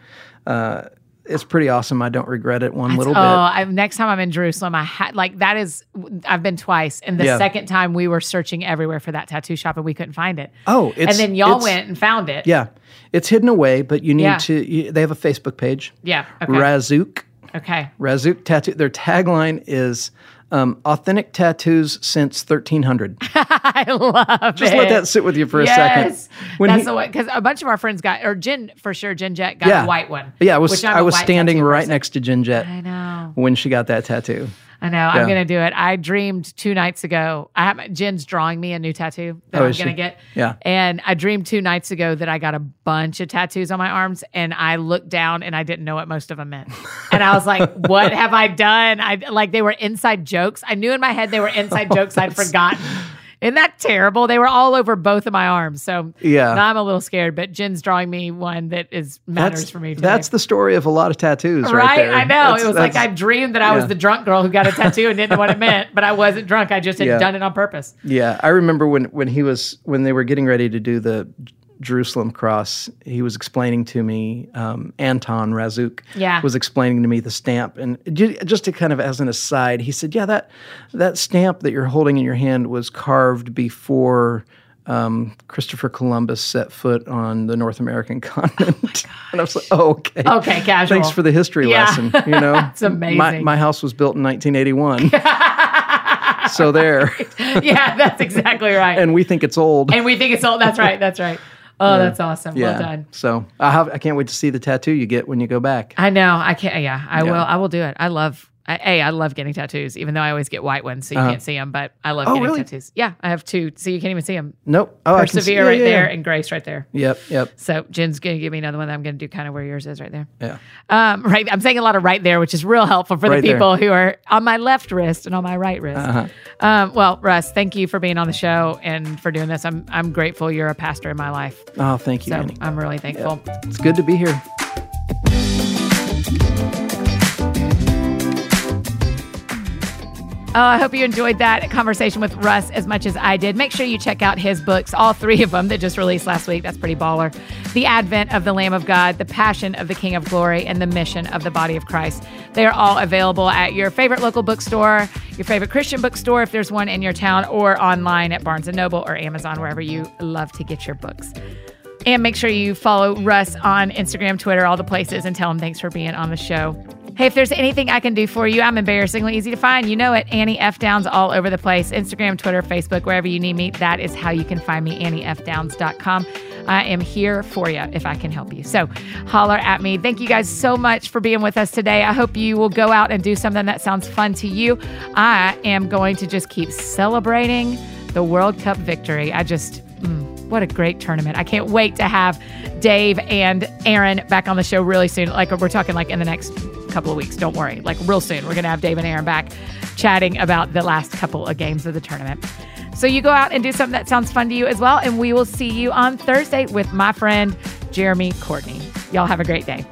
Speaker 2: uh, it's pretty awesome. I don't regret it one little
Speaker 1: oh, I, next time I'm in Jerusalem, I had like that is I've been twice, and the
Speaker 2: Yeah.
Speaker 1: second time we were searching everywhere for that tattoo shop and we couldn't find it.
Speaker 2: bit. Oh, it's
Speaker 1: and then y'all
Speaker 2: it's-
Speaker 1: went and found it.
Speaker 2: Yeah, it's hidden away, but you need
Speaker 1: Yeah.
Speaker 2: to. You, they have a Facebook page.
Speaker 1: Yeah. Okay.
Speaker 2: Razook.
Speaker 1: Okay.
Speaker 2: Razook Tattoo. Their tagline is um, authentic tattoos since 1300.
Speaker 1: I love
Speaker 2: Just
Speaker 1: it.
Speaker 2: let that sit with you for a
Speaker 1: yes.
Speaker 2: second. When
Speaker 1: That's
Speaker 2: he-
Speaker 1: the one because a bunch of our friends got or Jen for sure. Jen Jet got
Speaker 2: Yeah.
Speaker 1: a white one.
Speaker 2: yeah, I was
Speaker 1: which I'm
Speaker 2: I
Speaker 1: a
Speaker 2: was
Speaker 1: white
Speaker 2: standing
Speaker 1: tattoo
Speaker 2: right
Speaker 1: person.
Speaker 2: next to Jin Jet
Speaker 1: I know.
Speaker 2: when she got that tattoo.
Speaker 1: I know. I'm gonna do it. I dreamed two nights ago. I have Jen's drawing me a new tattoo that
Speaker 2: Oh,
Speaker 1: I'm
Speaker 2: is she?
Speaker 1: gonna get.
Speaker 2: Yeah.
Speaker 1: And I dreamed two nights ago that I got a bunch of tattoos on my arms, and I looked down and I didn't know what most of them meant. And I was like, "What have I done?" I like they were inside jokes. I knew in my head they were inside
Speaker 2: Oh,
Speaker 1: jokes I'd forgotten. Isn't that terrible? They were all over both of my arms. So
Speaker 2: Yeah.
Speaker 1: now I'm a little scared. But Jen's drawing me one that is matters
Speaker 2: That's
Speaker 1: for me. Today.
Speaker 2: That's the story of a lot of tattoos, right?
Speaker 1: Right,
Speaker 2: there.
Speaker 1: I know.
Speaker 2: That's-
Speaker 1: it was like I
Speaker 2: that's-
Speaker 1: dreamed that I was
Speaker 2: yeah.
Speaker 1: the drunk girl who got a tattoo and didn't know what it meant, but I wasn't drunk. I just had
Speaker 2: Yeah.
Speaker 1: done it on purpose.
Speaker 2: Yeah, I remember when when he was when they were getting ready to do the J- Jerusalem cross. He was explaining to me um, Anton Razuk.
Speaker 1: Yeah.
Speaker 2: was explaining to me the stamp, and ju- just to kind of as an aside, he said, "Yeah, that that stamp that you're holding in your hand was carved before." Um, Christopher Columbus set foot on the North American continent, and I was like, "Oh, okay,
Speaker 1: Okay, casual.
Speaker 2: Thanks for the history
Speaker 1: Yeah.
Speaker 2: lesson. You know,
Speaker 1: That's
Speaker 2: My,
Speaker 1: amazing.
Speaker 2: my house was built in 1981, so there.
Speaker 1: yeah, that's exactly right. And,
Speaker 2: And we think it's old.
Speaker 1: we think it's all that's right. That's right. Oh, that's awesome.
Speaker 2: Yeah.
Speaker 1: Well done.
Speaker 2: So I have, I can't wait to see the tattoo you get when you go back.
Speaker 1: I know. I can't. Yeah, I will. I will do it. I love. I, a, I love getting tattoos, even though I always get white ones, so you can't see them. But I love getting
Speaker 2: Uh-huh. Oh, really?
Speaker 1: tattoos. Yeah, I have two, so you can't even see them.
Speaker 2: Nope. Oh, I can see-
Speaker 1: Persevere
Speaker 2: yeah,
Speaker 1: right
Speaker 2: yeah,
Speaker 1: there
Speaker 2: yeah.
Speaker 1: and Grace right there.
Speaker 2: Yep. Yep.
Speaker 1: So Jen's gonna give me another one that I'm gonna do kind of where yours is right there.
Speaker 2: Yeah.
Speaker 1: Um, right, I'm saying a lot of right there, which is real helpful for
Speaker 2: Right
Speaker 1: the
Speaker 2: there. Uh-huh.
Speaker 1: people who are on my left wrist and on my right wrist. Um, well, Russ, thank you for being on the show and for doing this. I'm I'm grateful you're a pastor in my life.
Speaker 2: Oh, thank you,
Speaker 1: So uh,
Speaker 2: Annie.
Speaker 1: I'm really thankful.
Speaker 2: It's good to be here.
Speaker 1: Oh, I hope you enjoyed that conversation with Russ as much as I did. Make sure you check out his books, all three of them that just released last week. That's pretty baller. The Advent of the Lamb of God, The Passion of the King of Glory, and The Mission of the Body of Christ. They are all available at your favorite local bookstore, your favorite Christian bookstore if there's one in your town, or online at Barnes & Noble or Amazon, wherever you love to get your books. And make sure you follow Russ on Instagram, Twitter, all the places, and tell him thanks for being on the show. Hey, if there's anything I can do for you, I'm embarrassingly easy to find. You know it. Annie F. Downs all over the place Instagram, Twitter, Facebook, wherever you need me. That is how you can find me, AnnieFDowns.com. I am here for you if I can help you. So holler at me. Thank you guys so much for being with us today. I hope you will go out and do something that sounds fun to you. I am going to just keep celebrating the World Cup victory. I just. mm, what a great tournament. I can't wait to have Dave and Aaron back on the show really soon. Like we're talking like in the next couple of weeks. Don't worry. Like real soon. We're going to have Dave and Aaron back chatting about the last couple of games of the tournament. So you go out and do something that sounds fun to you as well and we will see you on Thursday with my friend Jeremy Courtney. Y'all have a great day.